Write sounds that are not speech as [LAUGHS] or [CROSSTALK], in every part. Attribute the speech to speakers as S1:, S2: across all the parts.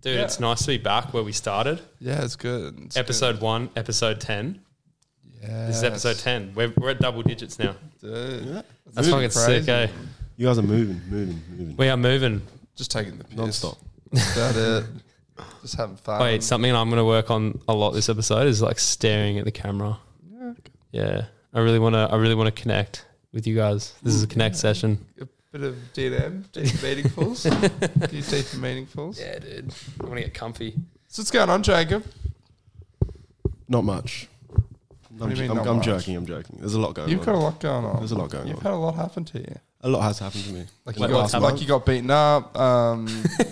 S1: Dude,
S2: Yeah.
S1: it's nice to be back where we started.
S2: Yeah, it's good. It's
S1: episode one, episode 10.
S2: Good. Yeah.
S1: This is episode 10. We're, we're at double digits now.
S2: Dude,
S1: That's
S2: Moving
S1: fucking sick,
S2: crazy.
S1: eh?
S3: You guys are moving, moving, moving.
S1: We are moving.
S2: just taking the piss.
S3: Non-stop.
S2: That's about it. Just having fun.
S1: Wait, something I'm going to work on a lot this episode is like staring at the camera. Yeah. I really want to I really want to connect with you guys. This is a connect session.
S2: A bit of DNM,
S1: [LAUGHS]
S2: deep meaningfuls. Do you deep meaningfuls?
S1: Yeah, dude. I want to get comfy.
S2: So what's going on, Jacob?
S3: Not much. I'm,
S2: What do you mean
S3: I'm-
S2: not
S3: I'm
S2: much?
S3: joking. I'm joking. There's a lot going
S2: You've
S3: on.
S2: got a lot going on.
S3: There's a lot going
S2: You've
S3: on.
S2: had a lot happen to you.
S3: a lot has happened to me.
S2: Like you
S3: Like
S2: got
S3: last
S2: like
S3: month.
S2: you got beaten up.
S3: [LAUGHS]
S2: Um,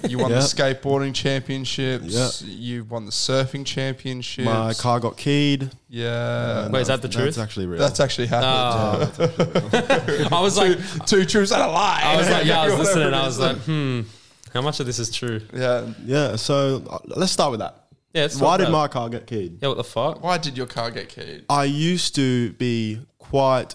S2: you won
S3: Yeah.
S2: the skateboarding championships.
S3: Yeah.
S2: You won the surfing championships.
S3: My car got keyed.
S2: Yeah,
S3: and
S1: Wait, is that the
S3: that's
S1: truth?
S3: That's actually real.
S2: Uh,
S3: Uh,
S2: that's actually happened.
S1: Oh. [LAUGHS] I was like,
S2: Two truths and a lie.
S1: I was like, yeah,
S2: [LAUGHS]
S1: I was
S2: Whatever
S1: listening.
S2: it
S1: I
S2: is.
S1: was like, hmm, how much of this is true?
S2: yeah.
S3: yeah. So uh, let's start with that.
S1: Yeah, it's
S3: Why
S1: not
S3: did
S1: bad.
S3: my car get keyed?
S1: Yeah, what the fuck?
S2: Why did your car get keyed?
S3: I used to be quite.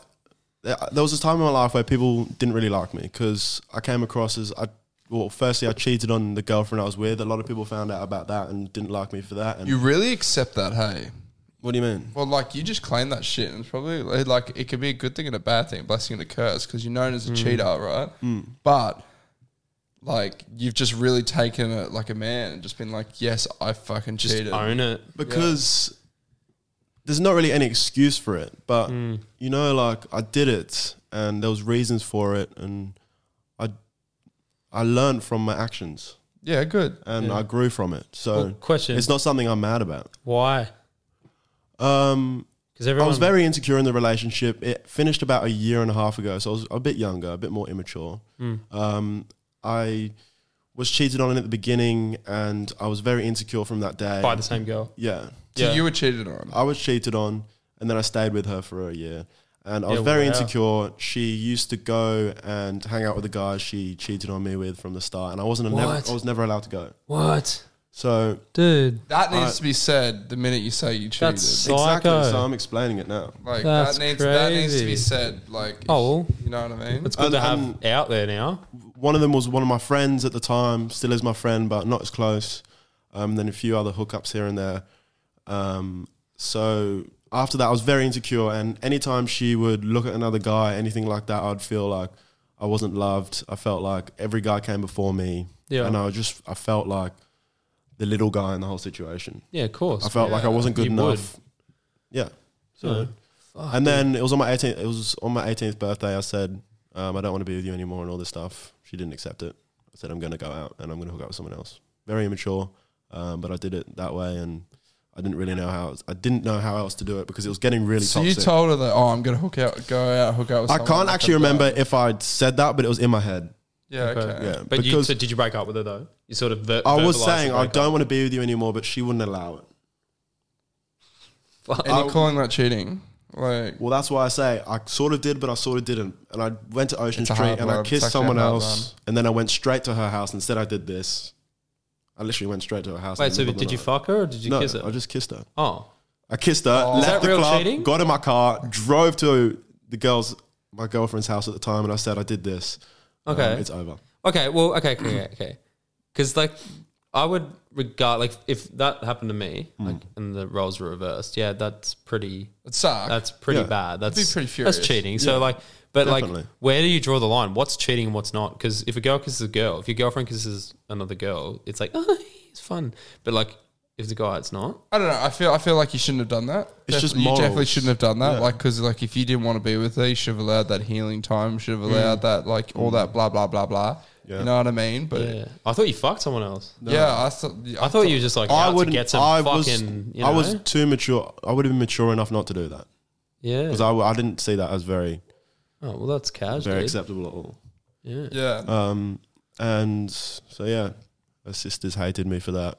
S3: There there was a time in my life where people didn't really like me because I came across as I. Well, firstly, I cheated on the girlfriend I was with. A lot of people found out about that and didn't like me for that. And
S2: You really accept that, hey?
S3: what do you mean?
S2: Well, like you just claim that shit, and it's probably like it could be a good thing and a bad thing, a blessing and a curse, because you're known as
S1: Mm.
S2: a cheater, right? But like you've just really taken it like a man and just been like, yes, I fucking
S1: Just
S2: cheated.
S1: own it.
S3: because there's not really any excuse for it. But
S1: Mm.
S3: you know, like I did it, and there was reasons for it, and I I learned from my actions,
S2: yeah, good.
S3: and I grew from it. So
S1: Well, question.
S3: it's not something I'm mad about.
S1: Why?
S3: Um,
S1: Because
S3: I
S1: everyone
S3: was very insecure in the relationship. It finished about a year and a half ago, so I was a bit younger, a bit more immature.
S1: Mm.
S3: Um, I was cheated on at the beginning, and I was very insecure from that day.
S1: by the same girl.
S3: yeah,
S2: So
S1: Yeah.
S2: you were cheated on.
S3: I was cheated on, and then I stayed with her for a year. And I was
S1: Yeah,
S3: very
S1: wow.
S3: insecure. She used to go and hang out with the guys she cheated on me with from the start, and I wasn't. Never,
S1: What?
S3: I was never allowed to go.
S1: What?
S3: So
S1: Dude.
S2: That needs to be said the minute you say you cheated.
S1: That's- Psycho.
S3: exactly. So I'm explaining it now.
S2: like
S1: that's
S2: that needs that needs to be
S1: crazy.
S2: said. Like, if-
S1: Oh, well.
S2: you know what I mean?
S1: It's good
S3: And-
S1: to have
S3: and-
S1: out there now.
S3: One of them was one of my friends at the time, still is my friend, but not as close. Um, then a few other hookups here and there. Um, so after that, I was very insecure, and anytime she would look at another guy, anything like that, I'd feel like I wasn't loved. I felt like every guy came before me,
S1: Yeah.
S3: and I was just I felt like the little guy in the whole situation.
S1: Yeah, of course.
S3: I felt like I wasn't good
S1: You Oh,
S3: enough. Yeah. So, and then it was on my 18th. It was on my 18th birthday. I said, um, I don't want to be with you anymore, and all this stuff. She didn't accept it. I said, I'm going to go out and I'm going to hook up with someone else. Very immature, um, but I did it that way, and I didn't really know how. Else, I didn't know how else to do it because it was getting really
S2: So you
S3: toxic.
S2: told her that oh, I'm gonna hook out, go out, hook out. With
S3: I
S2: someone
S3: can't
S2: like
S3: actually
S2: a bloke."
S3: remember if I'd said that, but it was in my head.
S2: Yeah,
S1: Okay.
S2: okay.
S3: Yeah,
S1: But you,
S3: because
S1: so did you break up with her though? You sort of. Ver-
S3: I was
S1: verbalised
S3: saying
S1: the
S3: I
S1: breakup.
S3: don't want to be with you anymore, but she wouldn't allow it.
S2: And you're calling that cheating? Like,
S3: Well, that's why I say I sort of did, but I sort of didn't. And I went to Ocean
S2: It's a
S3: Street
S2: hard
S3: and
S2: one.
S3: I
S2: It's
S3: kissed
S2: actually a
S3: someone
S2: hard
S3: else, and then I went straight to her house and said I did this. I literally went straight to her house. in
S1: Wait,
S3: the
S1: so
S3: middle of the
S1: did you
S3: night.
S1: fuck her or did you
S3: no,
S1: kiss her?
S3: I just kissed her.
S1: oh,
S3: I kissed her, left
S1: that
S3: the
S1: real
S3: club,
S1: cheating?
S3: got in my car, drove to the girl's, my girlfriend's house at the time, and I said I did this. Um,
S1: Okay.
S3: it's over.
S1: okay. Well, okay, okay,
S3: Mm.
S1: okay, okay. Because like, I would regard like if that happened to me,
S3: Mm.
S1: like, and the roles were reversed. Yeah, that's pretty.
S2: it sucks.
S1: That's pretty
S3: Yeah.
S1: bad. That's
S2: pretty
S1: That's
S2: furious.
S1: cheating. So like, but like,
S3: Definitely.
S1: where do you draw the line? What's cheating and what's not? Because if a girl kisses a girl, if your girlfriend kisses another girl, it's like, oh, it's fun. But like, if the guy, it's not.
S2: I don't know. I feel I feel like you shouldn't have done that.
S3: It's just
S2: you definitely
S3: morals.
S2: shouldn't have done that. Like because like if you didn't want to be with her, you should have allowed that healing time. Should have allowed that like all that blah blah blah blah.
S3: Mm. Yeah.
S2: You know what I mean? But yeah,
S1: Yeah, I thought you fucked someone else.
S2: I thought
S1: I thought you were just like
S3: I
S1: out to
S3: wouldn't.
S1: get some
S3: I was.
S1: fucking. you know?
S3: I was too mature. I would have been mature enough not to do that
S1: Yeah.
S3: because I, I didn't see that as very
S1: oh well, that's casual.
S3: very
S1: dude.
S3: acceptable at all.
S1: Yeah.
S2: yeah,
S3: Um, and so yeah, her sisters hated me for that.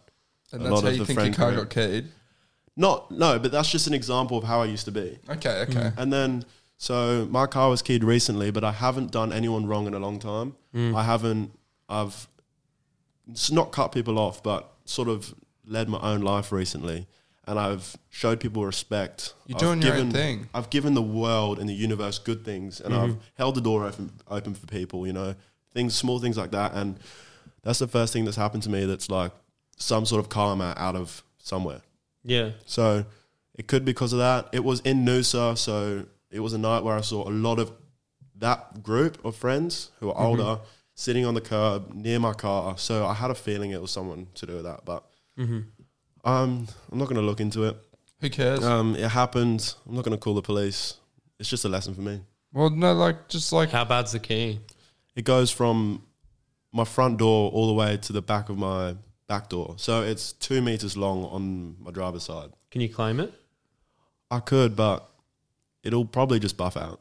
S2: and
S3: a
S2: that's
S3: lot
S2: how
S3: of
S2: you
S3: the
S2: think your
S3: friend
S2: car
S3: group.
S2: got keyed.
S3: Not no, but that's just an example of how I used to be.
S2: Okay, okay.
S3: And then so my car was keyed recently, but I haven't done anyone wrong in a long time.
S2: Mm.
S1: Mm.
S3: I haven't. I've it's not cut people off, but sort of led my own life recently, and I've showed people respect.
S2: You're
S3: I've
S2: doing your own
S3: given,
S2: thing.
S3: I've given the world and the universe good things, and I've held the door open, open for people. You know, things, small things like that, and that's the first thing that's happened to me. That's like some sort of karma out of somewhere.
S1: Yeah.
S3: So it could be because of that. It was in Noosa, so it was a night where I saw a lot of that group of friends who were older sitting on the curb near my car. So I had a feeling it was someone to do with that, but
S1: Mm-hmm.
S3: um, I'm not going to look into it.
S2: Who cares?
S3: Um, it happened. I'm not going to call the police. It's just a lesson for me.
S2: well, no, like just like
S1: How bad's the key?
S3: It goes from my front door all the way to the back of my back door. So it's two meters long on my driver's side.
S1: Can you claim it?
S3: I could, but it'll probably just buff out.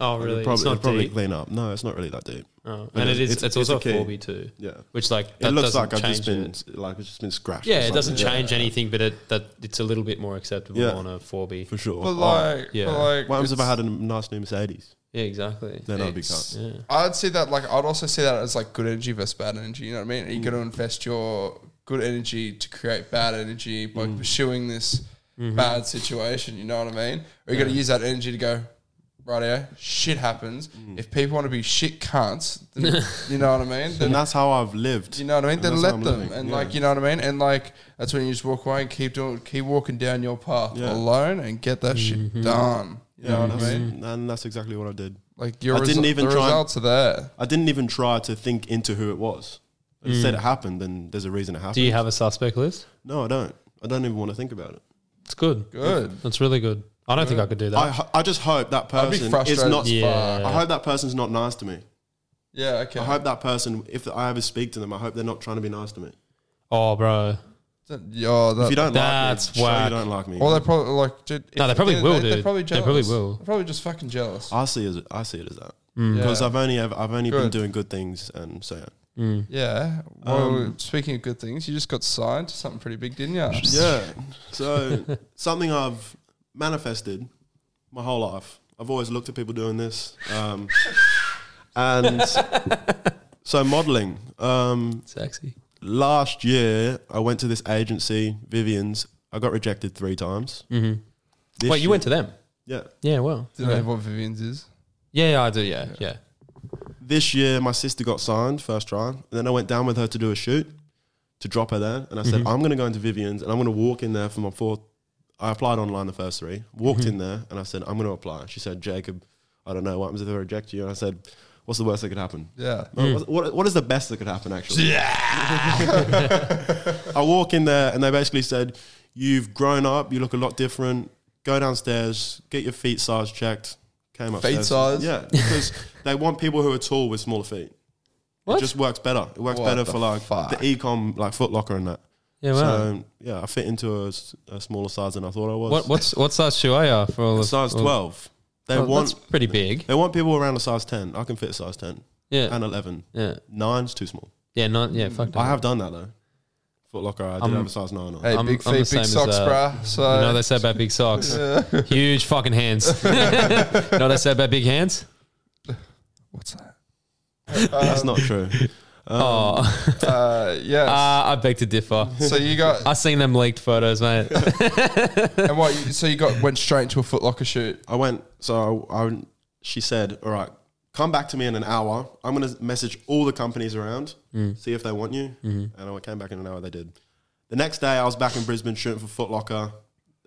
S1: Oh, really?
S3: It'll probably,
S1: it's
S3: it'll
S1: not
S3: probably
S1: deep.
S3: clean up. No, it's not really that deep.
S1: Oh.
S3: But
S1: And it
S3: it's-
S1: is.
S3: it's-
S1: It's,
S3: it's
S1: also
S3: a key.
S1: a 4B2,
S3: Yeah,
S1: which like
S3: it
S1: that
S3: looks
S1: doesn't
S3: like I've
S1: change
S3: just been
S1: it.
S3: like it's just been scratched. or
S1: Yeah, it doesn't
S3: something.
S1: change anything, but it that it's a little bit more acceptable
S3: Yeah.
S1: on a 4B.
S3: for sure.
S2: but
S3: Oh,
S2: like
S1: yeah.
S2: but like
S3: what happens if I
S2: it's-
S3: had a nice new Mercedes?
S1: Yeah, exactly.
S3: Then I'd be
S2: It's-
S3: cut.
S1: Yeah.
S2: I'd see that like I'd also see that as like good energy versus bad energy. You know what I mean? You
S3: Mm.
S2: got to invest your good energy to create bad energy by
S3: Mm.
S2: pursuing this
S3: Mm-hmm.
S2: bad situation. You know what I mean? Or you got to use that energy to go. Rightio, shit happens.
S3: Mm.
S2: If people want to be shit cunts, then, you know what I mean. Then
S3: And that's how I've lived.
S2: you know what I mean?
S3: And
S2: Then
S3: that's
S2: let
S3: how I'm
S2: them,
S3: living,
S2: and
S3: yeah.
S2: like you know what I mean. And like that's when you just walk away and keep doing, keep walking down your path
S3: Yeah.
S2: alone and get that shit done. You know
S3: and
S2: what
S3: that's,
S2: I mean?
S3: and that's exactly what I did.
S2: Like your
S3: I didn't
S2: resu-
S3: even
S2: the
S3: try and-
S2: results are there.
S3: I didn't even try to think into who it was. I just said it happened, and there's a reason it happened.
S1: Mm. Do you have a suspect list?
S3: no, I don't. I don't even want to think about it.
S1: It's good.
S2: Good.
S1: That's really good. I don't think I could do that.
S3: I, ho- I just hope that
S2: I'd be
S3: person is
S2: frustrated.
S3: not.
S2: as
S1: Yeah.
S2: fuck.
S3: I hope that person's not nice to me.
S2: Yeah. Okay.
S3: I hope that person, if I ever speak to them, I hope they're not trying to be nice to me.
S1: oh, bro.
S2: That- Yeah, oh, that,
S3: If you don't
S1: That's
S3: like me, sure you
S1: whack.
S3: don't like me.
S2: Or they probably like. Dude,
S1: No,
S2: if
S1: they probably
S2: did,
S1: will,
S2: They're
S1: dude.
S2: probably
S1: They
S2: jealous. Uh,
S1: probably will.
S2: They're probably just fucking jealous.
S3: I see as I see it as that
S1: Mm.
S2: Yeah.
S3: because I've only ever, I've only been
S2: Good.
S3: doing good things,
S2: [LAUGHS]
S3: and so yeah.
S1: Mm.
S2: yeah. Well, speaking of good things, you just got signed to something pretty big, didn't you?
S3: Yeah. So something I've manifested my whole life. I've always looked at people doing this, um,
S1: [LAUGHS]
S3: and so modeling. Um,
S1: Sexy.
S3: last year, I went to this agency, Vivian's. I got rejected three times.
S1: Mm-hmm.
S3: This
S1: Wait, you went to them?
S3: year- yeah.
S1: Yeah. Well.
S2: Do you know what Vivian's is?
S1: Yeah, yeah, I do. Yeah, yeah.
S3: This year, my sister got signed first try. And then I went down with her to do a shoot to drop her there. And I
S1: Mm-hmm.
S3: said, I'm going to go into Vivian's and I'm going to walk in there for my fourth. I applied online the first three, walked
S1: Mm-hmm.
S3: in there, and I said, I'm going to apply. She said, Jacob, I don't know what happens if I reject you. And I said, What's the worst that could happen?
S2: Yeah.
S3: Well,
S1: Hmm.
S3: what- What, what is the best that could happen, actually? Yeah! [LAUGHS] I walk in there and they basically said, You've grown up, you look a lot different. Go downstairs, get your feet size checked. Came upstairs.
S2: size?
S3: Yeah,
S2: [LAUGHS]
S3: because they want people who are tall with smaller feet.
S1: What?
S3: It just works better. It works
S2: What
S3: better
S2: the
S3: for like
S2: fuck?
S3: the ecom, like Foot Locker and that.
S1: Yeah. Wow.
S3: So, yeah, I fit into a, s- a smaller size than I thought I was.
S1: what what's what size shoe are you for all the
S3: size
S1: all-
S3: 12. They
S1: Oh,
S3: want
S1: that's pretty big.
S3: they want people around a size 10. I can fit a size 10
S1: Yeah.
S3: and 11.
S1: yeah.
S3: Nine's too small.
S1: Yeah. Not. Yeah. Fuck that.
S3: Uh, I have done that though. Foot Locker, I did
S1: Um,
S3: have a size 9 on.
S2: Hey,
S1: I'm-
S2: big
S1: I'm the
S2: feet,
S1: same
S2: big
S1: as,
S2: socks,
S1: uh,
S2: bruh. So
S1: you know what they say about big socks. [LAUGHS] Huge fucking
S3: [LAUGHS]
S1: hands. [LAUGHS] you know what they say about big hands?
S2: what's that?
S3: That's
S1: [LAUGHS]
S3: not true. Um,
S1: oh,
S2: Uh, yes.
S1: [LAUGHS] uh, I beg to differ.
S2: so you
S1: [LAUGHS]
S2: got
S1: I seen them leaked photos, mate.
S2: and what? You, so you got went straight into a Foot Locker shoot.
S3: I went, so I, I- she said, all right, come back to me in an hour. I'm going to message all the companies around,
S1: Mm.
S3: see if they want you.
S1: Mm-hmm.
S3: And I came back in an hour, they did. The next day, I was back in Brisbane shooting for Foot Locker.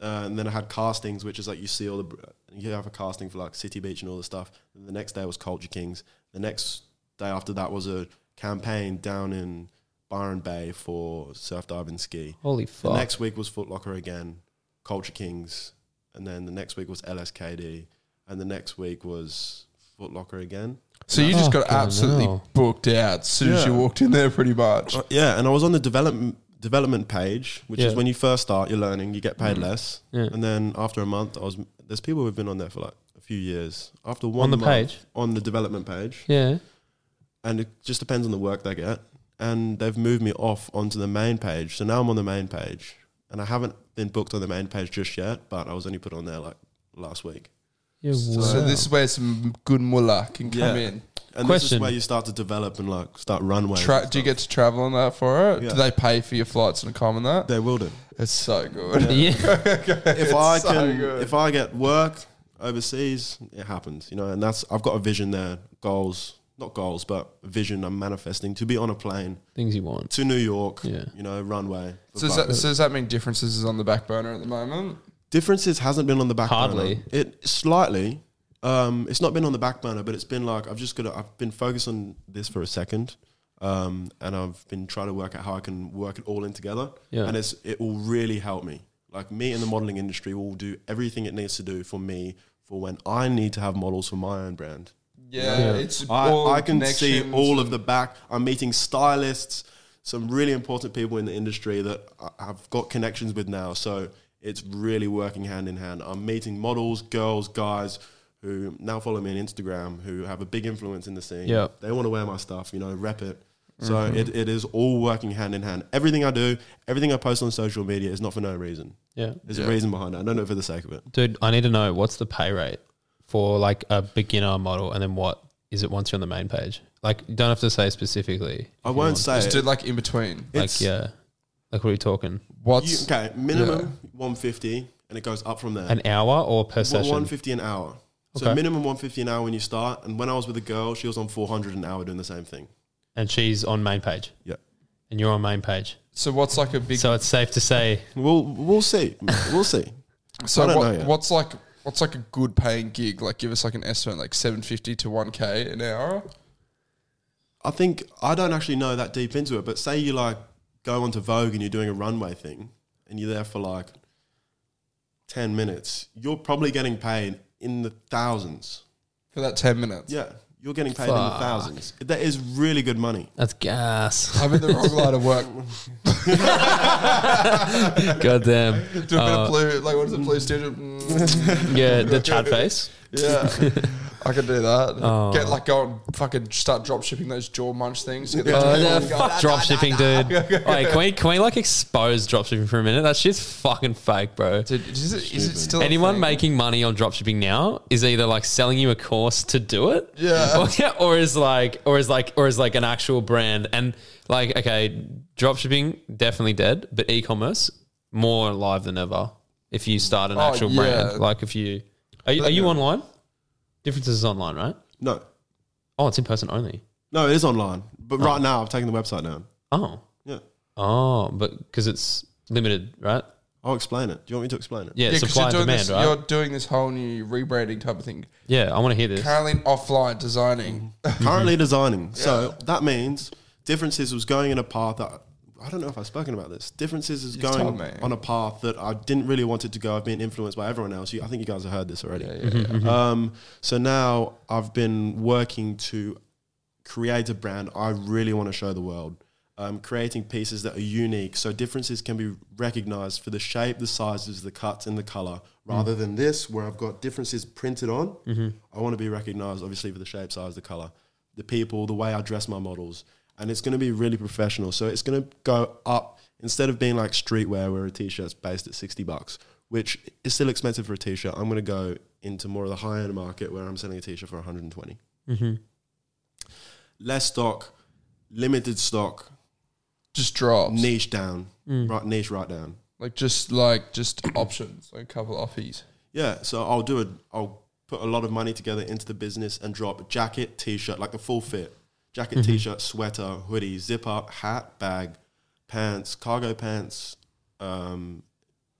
S3: Uh, and then I had castings, which is like you see all the, br- you have a casting for like City Beach and all the stuff. And the next day was Culture Kings. The next day after that was a campaign down in Byron Bay for surf, dive, and ski.
S1: Holy
S3: The
S1: fuck.
S3: next week was Foot Locker again, Culture Kings, and then the next week was LSKD, and the next week was Foot Locker again.
S2: So
S1: Oh,
S2: you just got
S1: Fucking
S2: absolutely
S1: hell.
S2: booked out as soon as you
S3: Yeah.
S2: walked in there, pretty much.
S3: Uh, yeah, and I was on the development development page, which is
S1: Yeah.
S3: when you first start, you're learning, you get paid less,
S1: Yeah.
S3: and then after a month, I was there's people who've been on there for like a few years. After one
S1: the
S3: month-
S1: page?
S3: on the development page,
S1: Yeah.
S3: and it just depends on the work they get. And they've moved me off onto the main page, so now I'm on the main page, and I haven't been booked on the main page just yet, but I was only put on there like last week.
S1: You're
S2: So
S1: wild. [LAUGHS]
S2: this is where some good mullah can come
S3: Yeah.
S2: in.
S3: And this is
S1: Question.
S3: where you start to develop and like start runways.
S2: Tra-
S3: and
S2: do you
S3: stuff.
S2: get to travel on that for it?
S3: Yeah.
S2: Do they pay for your flights and a com and that?
S3: They will do.
S2: It's so good.
S1: yeah.
S3: If I
S2: so
S3: can,
S2: good.
S3: if I get work overseas, it happens. You know, and that's I've got a vision there, goals. not goals, but vision I'm manifesting to be on a plane
S1: Things you want.
S3: to New York,
S1: Yeah.
S3: you know, runway.
S2: So does, that, so does that mean differences is on the back burner at the moment?
S3: Differences hasn't been on the back
S1: Hardly.
S3: burner. It slightly. Um, it's not been on the back burner, but it's been like I've just got. to I've been focused on this for a second, um, and I've been trying to work out how I can work it all in together.
S1: Yeah.
S3: And it's it will really help me. Like me in the modeling industry will do everything it needs to do for me for when I need to have models for my own brand.
S2: Yeah,
S1: Yeah.
S2: it's all
S3: I, I can see
S2: connections
S3: all
S2: and-
S3: of the back. I'm meeting stylists, some really important people in the industry that I- I've got connections with now. So it's really working hand in hand. I'm meeting models, girls, guys who now follow me on Instagram who have a big influence in the scene.
S1: Yeah.
S3: They want to wear my stuff, you know, rep it. So it, it is all working hand in hand. Everything I do, everything I post on social media is not for no reason.
S1: Yeah.
S3: There's
S2: Yeah.
S3: a reason behind it. I don't do it for the sake of it.
S1: Dude, I need to know what's the pay rate for like a beginner model and then what is it once you're on the main page? Like you don't have to say specifically.
S3: I won't say
S2: Just do
S3: it.
S2: like in between.
S1: Like
S3: It's-
S1: yeah. Like what are we talking?
S3: You,
S2: What's
S3: okay, minimum 150 and it goes up from there.
S1: An hour or per
S3: Well,
S1: session?
S3: 150 an hour.
S1: Okay.
S3: So minimum 150 an hour when you start. And when I was with a girl, she was on 400 an hour doing the same thing.
S1: And she's on main page.
S3: Yeah.
S1: And you're on main page.
S2: so? What's like a big? So,
S1: So it's safe to say
S3: We'll we'll see. [LAUGHS] We'll see. I don't know
S2: what,
S3: yet.
S2: what's like? What's like a good paying gig? Like, give us like an estimate, like seven fifty to one k an hour.
S3: I think I don't actually know that deep into it, but say you like go onto Vogue and you're doing a runway thing and you're there for like 10 minutes, you're probably getting paid in the thousands.
S2: for that 10 minutes.
S3: Yeah. You're getting paid in the
S1: Fuck.
S3: thousands. That is really good money.
S1: that's
S2: [LAUGHS]
S1: gas.
S2: I'm in the wrong line of
S3: [LAUGHS]
S2: work.
S1: Goddamn.
S2: Do a bit
S3: Uh,
S2: of blue, like what is it, blue student? [LAUGHS] Mm,
S1: Yeah, the chat face.
S2: yeah, I could do that.
S1: Oh.
S2: Get like go and fucking start drop shipping those jaw munch things. Get the-
S1: Oh, no,
S2: [LAUGHS]
S1: fuck drop shipping, dude. Wait, can we can we like expose drop shipping for a minute? That shit's fucking fake, bro.
S2: Dude, is it, is it still a
S1: Anyone
S2: thing?
S1: making money on dropshipping now is either like selling you a course to do it, [LAUGHS]
S2: Yeah.
S1: or, yeah, or is like, or is like, or is like an actual brand. And like, okay, dropshipping definitely dead, but e-commerce more alive than ever. If you start an
S2: Oh,
S1: actual
S2: yeah.
S1: brand, like if you are, you- are you online? Differences is online, right?
S3: No.
S1: Oh, it's in person only.
S3: No, it is online. But right now I've taken the website down.
S1: Oh,
S3: Yeah.
S1: oh, but because it's limited, right?
S3: I'll explain it. Do you want me to explain it?
S1: Yeah,
S2: Yeah, 'cause
S1: supply and
S2: you're doing
S1: demand,
S2: this,
S1: right?
S2: You're doing this whole new rebranding type of thing.
S1: yeah, I want to hear this.
S2: Currently offline designing.
S3: [LAUGHS] currently designing. So that means differences was going in a path that I don't know if I've spoken about this. Differences is
S2: told
S3: going
S2: me.
S3: on a path that I didn't really want it to go. I've been influenced by everyone else. You, I think you guys have heard this already. Um, so now I've been working to create a brand I really want to show the world. Um, creating pieces that are unique so differences can be recognized for the shape, the sizes, the cuts, and the color rather than this where I've got differences printed on. I want to be recognized obviously for the shape, size, the color, the people, the way I dress my models. And it's going to be really professional. So it's going to go up instead of being like streetwear where a t shirt's based at 60 bucks, which is still expensive for a t shirt. I'm going to go into more of the high end market where I'm selling a t shirt for 120
S1: Mm-hmm.
S3: less stock, limited stock,
S2: [LAUGHS] Just drops.
S3: niche down, right niche right down.
S2: Like just like just options. Like a couple offies.
S3: Yeah, so I'll do it. I'll put a lot of money together into the business and drop jacket, t-shirt, like the full fit, jacket,
S2: Mm-hmm.
S3: t-shirt, sweater, hoodie, zip up, hat, bag, pants, cargo pants, um,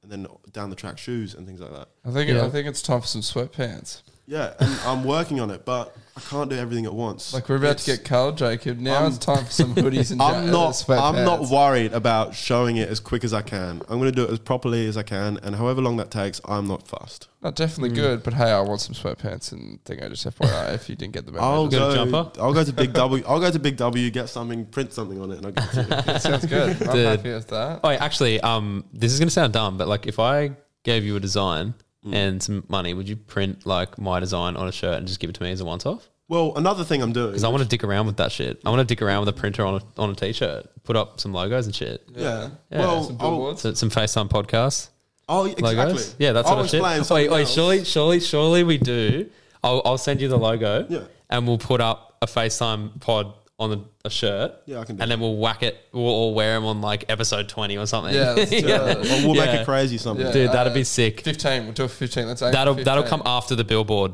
S3: and then down the track shoes and things like that.
S2: I think
S1: Yeah.
S2: I think it's time for some sweatpants.
S3: Yeah, and I'm working on it, but I can't do everything at once.
S2: Like we're about to
S3: It's-
S2: get cold, Jacob. Now
S3: I'm-
S2: it's time for some hoodies and
S3: I'm
S2: ja-
S3: not.
S2: sweatpants.
S3: I'm not worried about showing it as quick as I can. I'm going to do it as properly as I can, and however long that takes, I'm not fussed.
S2: Not definitely good, but hey, I want some sweatpants and thing I just FYI if you didn't get the
S3: I'll
S2: message.
S1: get a
S3: go.
S1: jumper?
S3: I'll go to
S1: [LAUGHS]
S3: Big W. I'll go to Big W. Get something. Print something on it, and I'll get it.
S1: [LAUGHS]
S3: to you.
S2: It sounds good. I'm
S1: Dude.
S2: happy with that.
S1: Oh, wait, actually, um, this is gonna sound dumb, but like, if I gave you a design and some money, would you print like my design on a shirt and just give it to me as a once-off?
S3: well, another thing I'm doing.
S1: Because I want to dick around with that shit. I want to dick around with a printer on a, on a t-shirt, put up some logos and shit.
S3: yeah.
S1: Yeah.
S3: Well,
S2: Some
S3: I'll,
S2: billboards.
S1: So, some FaceTime podcasts
S3: oh, exactly.
S1: logos. Yeah, that's
S3: I'll
S1: sort of shit.
S3: explain
S1: Wait,
S3: something
S1: wait,
S3: else.
S1: surely, surely, surely we do. I'll, I'll send you the logo.
S3: Yeah.
S1: And we'll put up a FaceTime pod on a, a shirt.
S3: Yeah, I can do
S1: And then we'll whack it. We'll all wear them on like episode twenty or something.
S2: Yeah,
S1: [LAUGHS]
S2: let's do it.
S3: Well, we'll make
S1: Yeah.
S3: it crazy. Something.
S2: Yeah.
S1: Dude, that'd
S2: Uh,
S1: be sick.
S2: 15. We'll do it for 15. Let's aim for
S1: That'll that'll
S2: 15.
S1: come after the billboard.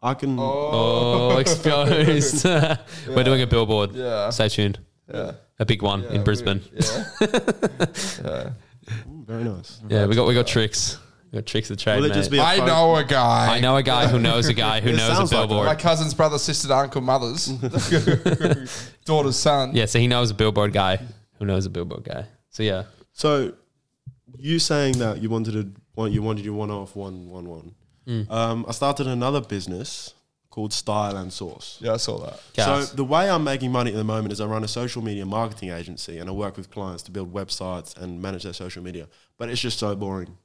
S3: I can.
S1: Oh,
S2: [LAUGHS]
S1: exposed. [LAUGHS] We're doing a billboard.
S2: Yeah.
S1: Stay tuned.
S2: Yeah.
S1: A big one
S2: Yeah,
S1: in
S2: we-
S1: Brisbane.
S2: Yeah.
S1: [LAUGHS]
S2: yeah.
S3: Ooh, very nice.
S1: Yeah, we got we got tricks. We got tricks of the trade.
S3: Will it
S1: mate.
S3: just be a
S2: I
S3: photo-
S2: know a guy.
S1: I know a guy who knows a guy
S2: [LAUGHS]
S1: who
S3: It
S1: knows
S3: sounds
S1: a
S3: like that.
S1: billboard.
S2: My cousin's brother, sister, uncle, mother's
S1: [LAUGHS]
S2: [LAUGHS] daughter's son.
S1: yeah, so he knows a billboard guy who knows a billboard guy. So yeah,
S3: So, you saying that you wanted to want you wanted your one off one one one.
S1: Hmm.
S3: Um, I started another business called Style and Source.
S2: Yeah, I saw that.
S1: gas.
S3: So the way I'm making money at the moment is I run a social media marketing agency and I work with clients to build websites and manage their social media. But it's just so boring.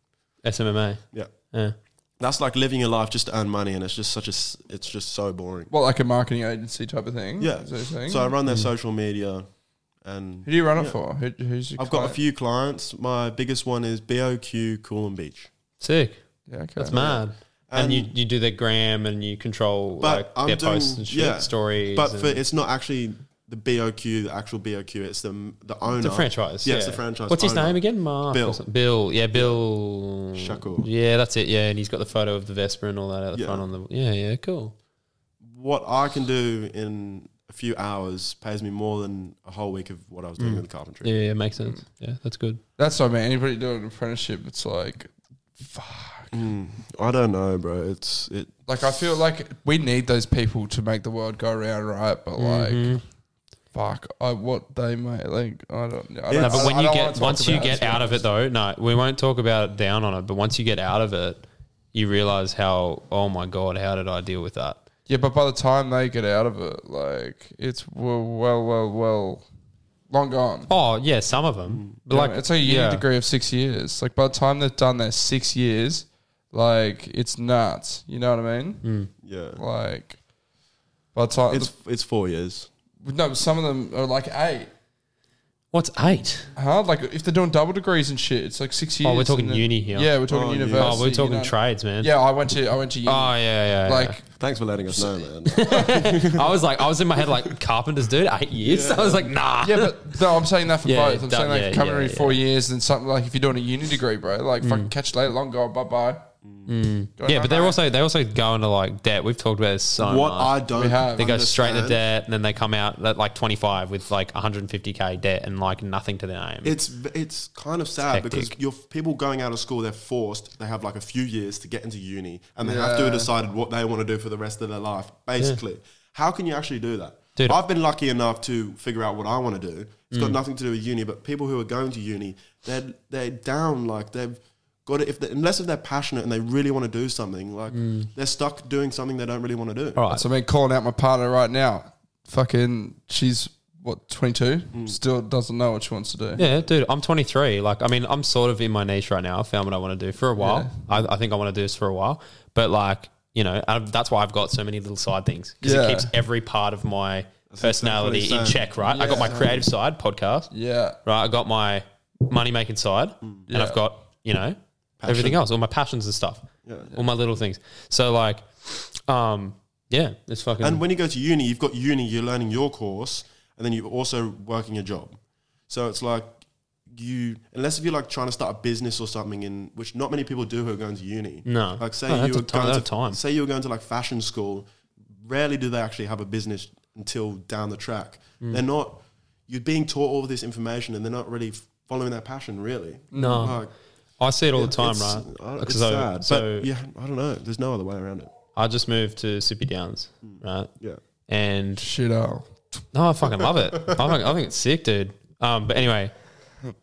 S1: SMMA.
S3: Yeah.
S1: Yeah.
S3: That's like living your life just to earn money and it's just such a s- it's just so boring.
S2: Well, like a marketing agency type of thing.
S3: Yeah.
S2: Hmm, Is that what you're saying?
S3: So I run their social media and
S2: Who do you run it for? Who, who's your
S3: I've got a
S2: client?
S3: few clients. My biggest one is BOQ Cool and Beach.
S1: Sick.
S2: Yeah, okay.
S1: That's mad. And,
S3: And-
S1: you, you do the gram and you control like
S3: But I'm
S1: their
S3: doing
S1: posts and shit,
S3: yeah.
S1: stories.
S3: But
S1: and
S3: for it's not actually the BOQ, the actual BOQ. It's the the owner.
S1: the franchise.
S3: Yeah, it's the franchise
S1: What's his
S3: owner.
S1: name again? Mark.
S3: Bill.
S1: or something. Bill. Yeah, Bill.
S3: Shakur.
S1: Yeah, that's it. Yeah, and he's got the photo of the Vesper and all that at the
S3: Yeah.
S1: front on the. Yeah, yeah, cool.
S3: What I can do in a few hours pays me more than a whole week of what I was
S2: Mm.
S3: doing with the carpentry.
S1: Yeah, yeah, makes sense. Yeah, that's good.
S2: That's what I mean. Anybody doing an apprenticeship, it's like, fuck.
S3: Mm, I don't know, bro. It's it.
S2: Like I feel like we need those people to make the world go round, right? But like,
S1: Mhm.
S2: fuck, I what they make. Like I don't. I don't
S1: No,
S2: I,
S1: but when
S2: I
S1: you
S2: don't wanna
S1: get
S2: talk
S1: once you
S2: about
S1: get
S2: this,
S1: out of it though, no, we won't talk about it down on it. But once you get out of it, you realize how oh my god, how did I deal with that?
S2: Yeah, but by the time they get out of it, like it's well, well, well, well long gone.
S1: Oh yeah, some of
S3: Hmm.
S1: them. But
S2: like
S1: like
S2: it's a uni
S1: yeah.
S2: degree of six years. Like by the time they've done their six years, like it's nuts. You know what I mean?
S1: Mm.
S3: Yeah,
S2: Like by the time
S3: it's it's four years.
S2: no, but some of them are like eight.
S1: What's eight?
S2: Huh? Like if they're doing double degrees and shit, it's like six years.
S1: Oh, we're talking
S2: and then-
S1: uni here.
S2: Yeah, we're talking
S3: Oh, yeah.
S2: university.
S1: Oh, we're
S2: you
S1: talking
S2: know?
S1: trades, man.
S2: Yeah, I went to I went to uni.
S1: Oh yeah, yeah. yeah.
S2: like
S3: Thanks for letting us know, man.
S1: [LAUGHS] I was like, I was in my head like carpenters, dude. Eight years. [LAUGHS] I was like, nah. [LAUGHS]
S2: Yeah, but no, I'm saying that for
S1: Yeah,
S2: both. I'm
S1: that-
S2: saying like
S1: yeah,
S2: coming
S1: yeah, Mm.
S2: in four years and something like if you're doing a uni degree, bro, like fucking catch you later, long gone, bye bye.
S1: yeah, but they're also they also go into like debt. We've talked about this so
S3: what
S1: much.
S3: [LAUGHS] I don't
S2: We have.
S1: they go straight into
S3: understand-
S1: debt, and then they come out at like 25 with like 150k debt and like nothing to their name.
S3: It's v- it's kind of sad
S1: Um, hectic.
S3: because you're people going out of school, they're forced. They have like a few years to get into uni, and they have to
S2: Yeah.
S3: decide what they want to do for the rest of their life. Basically, how can you actually do that?
S1: Dude. Mm.
S3: I've been lucky enough to figure out what I want to do. It's got nothing to do with uni, but people who are going to uni, they're they're down. Like they've got it. If they, unless if they're passionate and they really want to do something, like
S1: Mm.
S3: they're stuck doing something they don't really want to do.
S1: All right.
S2: So I mean, calling out my partner right now, fucking, she's what 22,
S3: Mm.
S2: still doesn't know what she wants to do.
S1: Yeah, dude, I'm 23. Like, I mean, I'm sort of in my niche right now. I found what I want to do for a while. I, I think I want to do this for a while. But like, you know, i that's why I've got so many little side things because
S2: Yeah.
S1: it keeps every part of my personality
S3: exactly
S1: in
S3: the same.
S1: check. Right. I got my creative side podcast.
S2: Yeah.
S1: Right. I got my money making side,
S3: Mm.
S1: and I've got you know everything else, all my passions and stuff, all my little things. So like, um, yeah, it's fucking.
S3: And when you go to uni, you've got uni, you're learning your course, and then you're also working a job. So it's like you, unless if you're like trying to start a business or something, in which not many people do who are going to uni.
S1: No.
S3: like say
S1: No, that's
S3: you
S1: a
S3: were
S1: time-
S3: going to
S1: that's time.
S3: say you were going to like fashion school. Rarely do they actually have a business until down the track.
S1: Mm.
S3: They're not. You're being taught all of this information, and they're not really following their passion. Really,
S1: No.
S3: Like,
S1: I see it all the time,
S3: it's-
S1: right?
S3: I- It's
S1: so,
S3: sad,
S1: so
S3: but yeah, I don't know. There's no other way around it.
S1: I just moved to Sippy Downs,
S3: Mm.
S1: right?
S3: Yeah.
S1: And
S2: Shit, oh.
S1: No, I fucking love it. I think, I think it's sick, dude. Um, but anyway,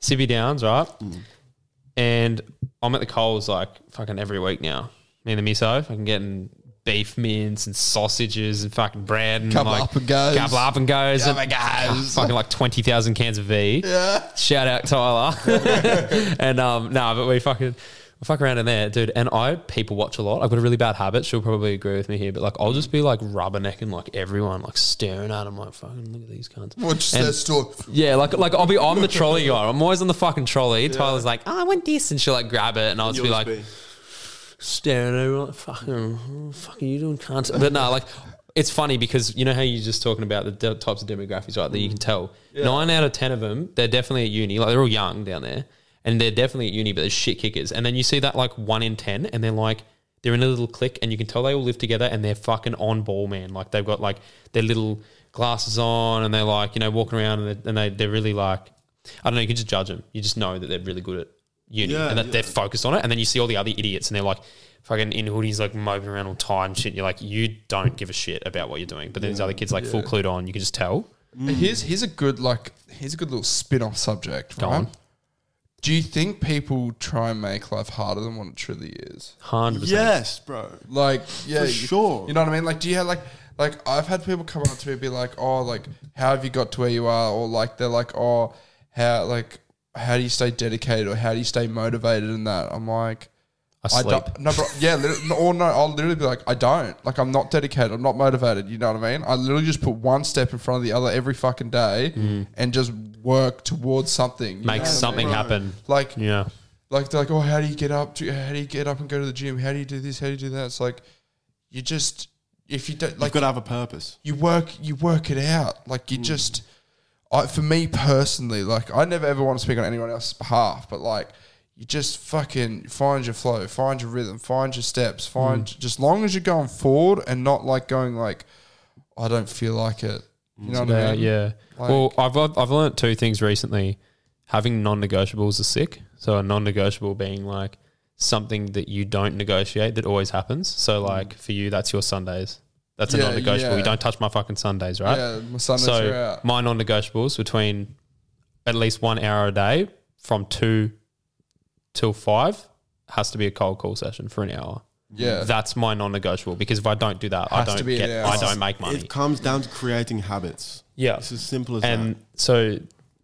S1: Sibby Downs, right? And I'm at the Coles like fucking every week now. Me and the miso, fucking getting beef mince and sausages and fucking bread and
S2: Couple
S1: like
S2: up and goes.
S1: couple up and goes,
S2: Couple
S1: and [LAUGHS]
S2: goes.
S1: fucking like twenty thousand cans of V.
S2: Yeah.
S1: Shout out Tyler. [LAUGHS] and um, no, but we fucking we fuck around in there, dude. And I people watch a lot. I've got a really bad habit. She'll probably agree with me here, but like I'll just be like rubbernecking like everyone, like staring at them, like fucking look at these cunts.
S2: What's
S1: And-
S2: that store?
S1: Yeah, like like I'll be on the trolley guy. I'm always on the fucking trolley. Tyler's like, oh, I want this, and she'll like grab it, and I'll just
S3: You'll
S1: be
S3: just
S1: like staring over, like fucking, what the fuck are you doing, cunt? But no, like. It's funny because you know how you're just talking about the de- types of demographics, right? That you can tell. Nine out of ten of them, they're definitely at uni. Like they're all young down there, and they're definitely at uni, but they're shit kickers. And then you see that like one in ten, and they're like, They're in a little clique, and you can tell they all live together, and they're fucking on ball, man. Like they've got like their little glasses on, and they're like you know walking around, and, they, and they they're really like I don't know. You can just judge them. You just know that they're really good at uni,
S3: Yeah,
S1: and that
S3: yeah.
S1: they're focused on it. And then you see all the other idiots, and they're like fucking in hoodies, like moping around all time, shit. You're like, you don't give a shit about what you're doing. But then these other kids like full clued on. You can just tell.
S2: Here's here's a good like here's a good little spin-off subject.
S1: Go
S2: right?
S1: on.
S2: Do you think people try and make life harder than what it truly is?
S1: Hundred percent.
S3: Yes, bro.
S2: Like, yeah,
S3: For
S2: you-
S3: sure.
S2: You know what I mean? Like, do you have like like I've had people come up to me and be like, "Oh, like how have you got to where you are?" Or like they're like, "Oh, how like how do you stay dedicated or how do you stay motivated in that?" I'm like.
S1: I
S2: I
S1: sleep.
S2: don't. No, bro, yeah, lit- no, or no, I'll literally be like, I don't. Like, I'm not dedicated. I'm not motivated. You know what I mean? I literally just put one step in front of the other every fucking day and just work towards something. you
S1: Mm. Make
S2: know what I
S1: something
S2: mean?
S1: happen.
S2: Like,
S1: Yeah.
S2: like they're like, oh, how do you get up? To, how do you get up and go to the gym? How do you do this? How do you do that? It's like, you just if you don't
S3: You've
S2: like
S3: got to have a purpose.
S2: you work you work it out. Like you just, I for me personally, like I never ever want to speak on anyone else's behalf, but like you just fucking find your flow, find your rhythm, find your steps, find just long as you're going forward and not like going like, I don't feel like it. You know what
S1: Yeah.
S2: I mean?
S1: Uh, yeah.
S2: Like-
S1: well, I've, I've I've learned two things recently. Having non-negotiables is sick. So a non-negotiable being like something that you don't negotiate that always happens. So like for you, that's your Sundays. That's a
S2: Mm. Yeah,
S1: non-negotiable.
S2: yeah.
S1: You don't touch my fucking Sundays, right?
S2: Yeah, my Sundays are
S1: so
S2: out.
S1: my non-negotiables between at least one hour a day from two till five has to be a cold call session for an hour.
S2: Yeah,
S1: That's my non-negotiable because if I don't do that, I
S2: Has to
S1: don't
S2: be an
S1: get,
S2: hour.
S1: I don't make money.
S3: It comes down to creating habits.
S1: yeah,
S3: It's as simple as
S1: and so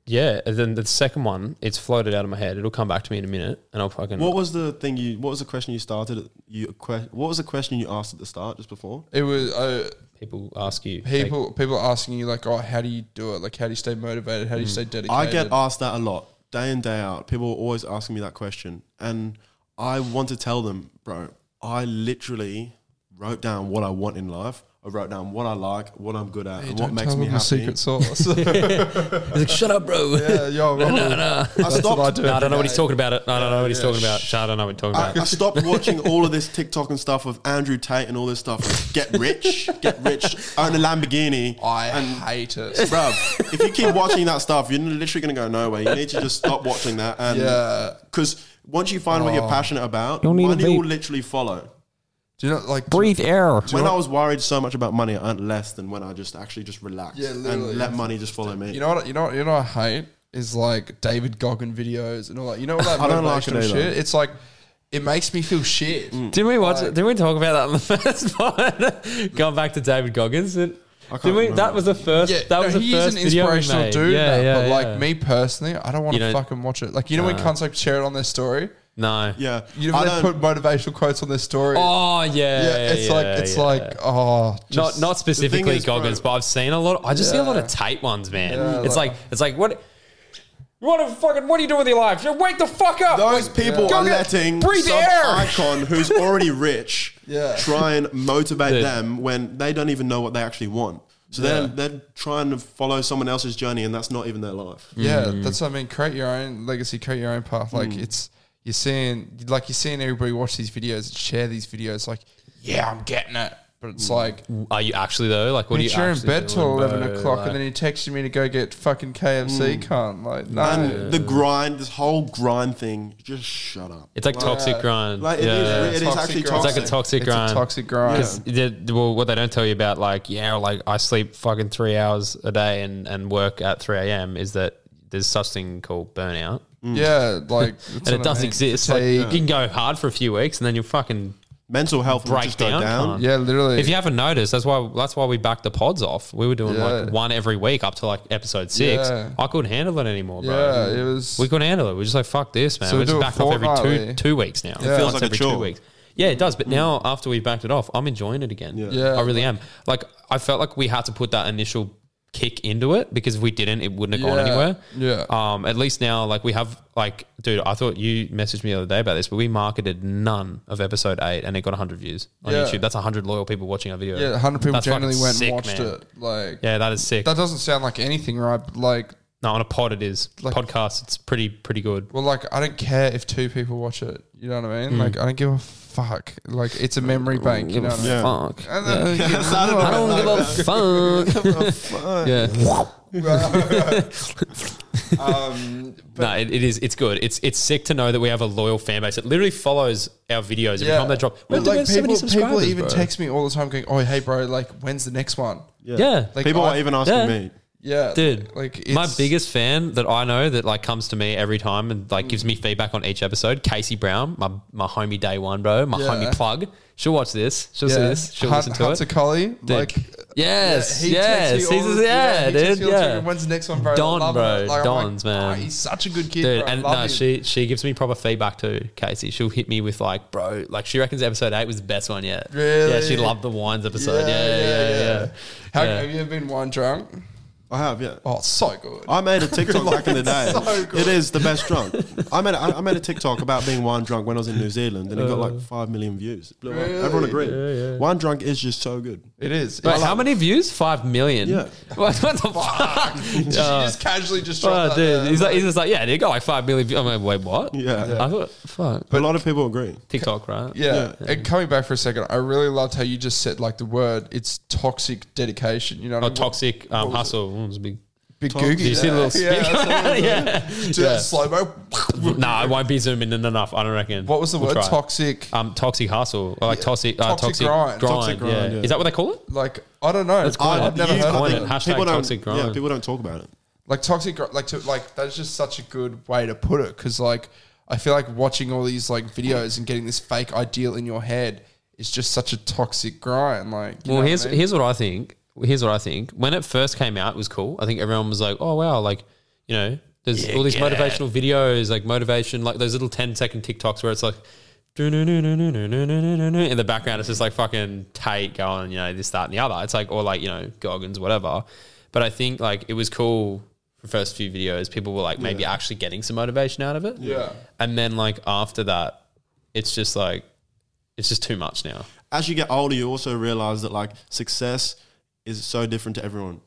S1: yeah. And then the second one, it's floated out of my head. It'll come back to me in a minute, and I'll fucking
S3: that. What was the thing you? What was the question you started? at- You que- what was the question you asked at the start just before?
S2: it was. Uh,
S1: people ask you.
S2: people people asking you like, oh, how do you do it? Like, how do you stay motivated? How do you stay dedicated?
S3: Hmm. I get asked that a lot, day in day out. People are always asking me that question, and I want to tell them, bro. I literally wrote down what I want in life. I wrote down what I like, what I'm good at, and what
S2: Don't
S3: makes
S2: tell
S3: me
S2: them
S3: happy.
S2: the
S3: [LAUGHS]
S2: secret sauce. [LAUGHS]
S1: He's like, shut up, bro. [LAUGHS]
S2: yeah, [LAUGHS] yo,
S3: I
S2: I
S3: stopped.
S2: do.
S1: No, I don't know what he's
S2: Yeah.
S1: talking about. It. No, I don't know what he's
S2: Yeah,
S1: talking about. Shh, I don't know what he's talking
S2: [LAUGHS]
S1: about.
S3: I stopped watching all of this TikTok and stuff with Andrew Tate and all this stuff. Like, get rich, get rich, own a Lamborghini.
S2: I hate it.
S3: Bruv, if you keep watching that stuff, you're literally going to go nowhere. You need to just stop watching that. [LAUGHS] And
S2: Yeah. Oh.
S3: Because once you find what you're passionate about,
S1: Don't need a
S3: money will
S1: vape.
S3: literally follow.
S2: Do you not like
S1: air.
S3: when I was worried so much about money, I earned less than when I just actually just relaxed
S2: Yeah, literally,
S3: and let
S2: yeah.
S3: money just follow me.
S2: You know what? You know what? You know what I hate is like David Goggin videos and all that. You
S3: [LAUGHS]
S2: know all that
S3: I don't like
S2: motivational
S3: it either. Mm.
S2: shit. It's like it makes me feel shit.
S1: Didn't we watch? Didn't we talk about that in the [LAUGHS] first part? Going back to David Goggins. Didn't
S3: can't
S1: didn't we? That
S3: remember.
S1: was the first.
S2: Yeah,
S1: that was
S2: no,
S1: the
S2: he's
S1: first
S2: an
S1: video we
S2: inspirational
S1: made.
S2: dude.
S1: Yeah,
S2: that,
S1: yeah,
S2: but
S1: yeah.
S2: like me personally, I don't want
S1: You
S2: to
S1: don't-
S2: fucking watch it. Like you know when cunts like share it on their story.
S1: no.
S3: yeah.
S2: You know
S3: I
S2: when
S3: don't,
S2: they put motivational quotes on their story.
S1: Oh yeah.
S2: yeah, it's like it's
S1: yeah.
S2: like oh,
S1: Not,
S2: just-
S1: not specifically
S3: is, bro-
S1: Goggins, but I've seen a lot. I just see a lot of Tate ones, man. it's like, it's like what? What a fucking? What are you doing with your life? Just wake the fuck up!
S3: those people
S1: Go
S3: are
S1: get-
S3: letting
S1: breathe
S3: some
S1: air.
S3: icon who's already rich
S2: [LAUGHS] Yeah.
S3: try and motivate
S1: Dude.
S3: them when they don't even know what they actually want. So
S2: Yeah.
S3: they're, they're trying to follow someone else's journey and that's not even their life.
S2: Yeah,
S1: Mm.
S2: that's what I mean. Create your own legacy, create your own path. Like it's you're seeing like you're seeing everybody watch these videos, share these videos, like, yeah, I'm getting it. But it's like
S1: are you actually though? Like, what are you?
S2: bitch, you're in
S1: Mm. actually
S2: bed till
S1: doing,
S2: eleven
S1: bro?
S2: o'clock
S1: Like- Mm.
S2: and then you texted me to go get fucking KFC cunt. Like, no.
S3: And the grind, this whole grind thing, just shut up.
S1: It's like toxic grind.
S3: Like it is
S1: yeah.
S3: it is
S2: Toxic
S3: actually
S2: grind.
S3: toxic.
S1: It's like a toxic
S2: It's
S1: grind.
S2: a toxic grind.
S1: Because the- well, what they don't tell you about, like, yeah, like I sleep fucking three hours a day and, and work at 3 a.m. is that there's such thing called burnout.
S2: Yeah, like
S1: Mm. [LAUGHS] And it does exist. Like, you can go hard for a few weeks and then you'll fucking.
S3: Mental health will just go
S1: Breakdown,
S3: down.
S1: can't.
S2: yeah, literally.
S1: If you haven't noticed, that's why that's why we backed the pods off. We were doing
S2: Yeah.
S1: like one every week up to like episode six.
S2: Yeah.
S1: I couldn't handle it anymore, bro.
S2: yeah, it was
S1: We couldn't handle it. We We're just like, fuck this, man.
S2: So we
S1: We're
S2: do
S1: just
S2: it
S1: backed off every two
S2: fortnightly.
S1: two weeks now.
S2: Yeah.
S3: feels
S1: Once
S3: like a
S1: every
S3: chore.
S1: two weeks. Yeah, it does. But now after we backed it off, I'm enjoying it again.
S2: Mm. Yeah.
S1: I really am. Like I felt like we had to put that initial kick into it because if we didn't, it wouldn't have gone
S2: Yeah.
S1: anywhere.
S2: Yeah.
S1: Um, at least now, like we have, like, dude, I thought you messaged me the other day about this, but we marketed none of episode eight, and it got 100 views on
S2: Yeah.
S1: YouTube. That's 100 loyal people watching our video.
S2: yeah, hundred people
S1: That's fucking
S2: generally went
S1: sick,
S2: and watched
S1: man.
S2: it. Like
S1: Yeah, that is sick.
S2: that doesn't sound like anything, right? But like
S1: No, on a pod it is.
S2: Like-
S1: Podcast, it's pretty pretty good.
S2: Well, like I don't care if two people watch it. You know what I mean?
S1: Hmm.
S2: Like I don't give a fuck. Like it's a
S1: Mm,
S2: memory bank. You know what I mean?
S3: Yeah.
S1: Fuck.
S2: I don't [LAUGHS] give a
S1: I don't give
S2: [LAUGHS]
S1: a fuck. yeah.
S2: um,
S1: no, it, it is. It's good. It's it's sick to know that we have a loyal fan base. It literally follows our videos every
S2: yeah.
S1: time they drop. We
S2: But,
S1: have, to- we
S2: like
S1: have so many
S2: people, people
S1: subscribers.
S2: even
S1: bro.
S2: text me all the time, going, "Oh, hey, bro, like when's the next one?"
S3: Yeah.
S1: Yeah.
S2: Like
S3: People
S2: I,
S3: are even asking
S1: yeah.
S3: me.
S2: yeah,
S1: Dude,
S2: Like it's,
S1: my biggest fan that I know that like comes to me every time and like gives me
S2: Mm.
S1: feedback on each episode, Casey Brown, my my homie day one, bro, my
S2: Yeah.
S1: homie plug. She'll watch this. She'll see this. She'll
S2: Hunt-
S1: listen to
S2: Hunter
S1: it.
S2: Collie, like
S1: Yes,
S2: he
S1: yes,
S2: texts me all
S1: he's-
S2: the-
S1: yeah,
S2: he texts
S1: dude,
S2: me all the time,
S1: yeah.
S2: When's the next one, bro?
S1: Don,
S2: I love
S1: bro,
S2: it. Like, I'm
S1: Don's,
S2: like,
S1: man.
S2: "Oh, he's such a good kid,
S1: Dude,
S2: bro. I
S1: and
S2: love
S1: no,
S2: him."
S1: she she gives me proper feedback too, Casey. She'll hit me with like, bro, like she reckons episode eight was the best one yet. Yeah, she
S2: Really?
S1: loved the wines episode. Yeah, yeah, yeah. yeah.
S2: How,
S1: Yeah.
S2: Have you ever been wine drunk?
S3: I have, yeah.
S2: Oh, it's so good.
S3: I made a TikTok
S2: [LAUGHS]
S3: back in the day.
S2: so good.
S3: it is the best drunk. I made a, I I made a TikTok about being wine drunk when I was in New Zealand, and it got like five million views. It blew up. Everyone
S2: Really?
S3: agreed. Wine drunk is just so good.
S2: it is.
S1: Wait,
S2: It's
S1: how
S2: like-
S1: many views? Five million.
S3: Yeah.
S1: [LAUGHS] What, what the
S2: [LAUGHS]
S1: fuck?
S2: She
S1: Yeah.
S2: just casually just
S1: Oh,
S2: dropped that
S1: dude,
S2: there.
S1: he's like, he's just like, yeah, they got like five million. Views. I'm like, wait, what?
S3: Yeah.
S1: I thought, fuck,
S3: But a lot of people agree.
S1: TikTok, right?
S2: Yeah. And coming back for a second, I really loved how you just said like the word. It's toxic dedication. You know, what
S1: Oh,
S2: I mean?
S1: toxic um, hustle. Mm, it's a big.
S2: Big googie.
S1: Did you see the little
S2: yeah,
S1: speak?
S2: [LAUGHS]
S1: [LAUGHS]
S2: yeah,
S1: yeah.
S2: Do that slow mo.
S1: No, nah, I won't be zooming in enough. I don't reckon.
S2: What was the
S1: We'll
S2: word?
S1: try.
S2: Toxic.
S1: Um, toxic hustle, or like toxic, uh,
S2: Toxic
S1: toxic, grind.
S2: grind.
S3: Toxic grind,
S1: yeah.
S3: yeah.
S1: Is that what they call it?
S2: Like I don't know.
S1: That's cool.
S2: I've never
S1: You
S2: heard
S1: coin
S2: of
S1: it.
S2: it.
S1: Hashtag
S3: people don't,
S1: toxic grind.
S3: Yeah, people don't talk about it.
S2: like toxic gr- like to like that's just such a good way to put it because like i feel like watching all these like videos and getting this fake ideal in your head is just such a toxic grind like you know
S1: Well,
S2: what
S1: here's
S2: I mean?
S1: here's what I think. Here's what I think. When it first came out, it was cool. I think everyone was like, "Oh wow!" Like you know, there's all these motivational videos, like motivation, like those little 10 second TikToks where it's like. "Do-do-do-do-do-do-do-do-do-do-do," In the background, it's just like fucking Tate going, you know, this, that, and the other. It's like, or like, you know, Goggins, whatever. But I think like it was cool for first few videos. People were like maybe actually getting some motivation out of it.
S2: Yeah.
S1: And then like after that, it's just like, it's just too much now.
S3: As you get older, you also realize that like success is so different to everyone.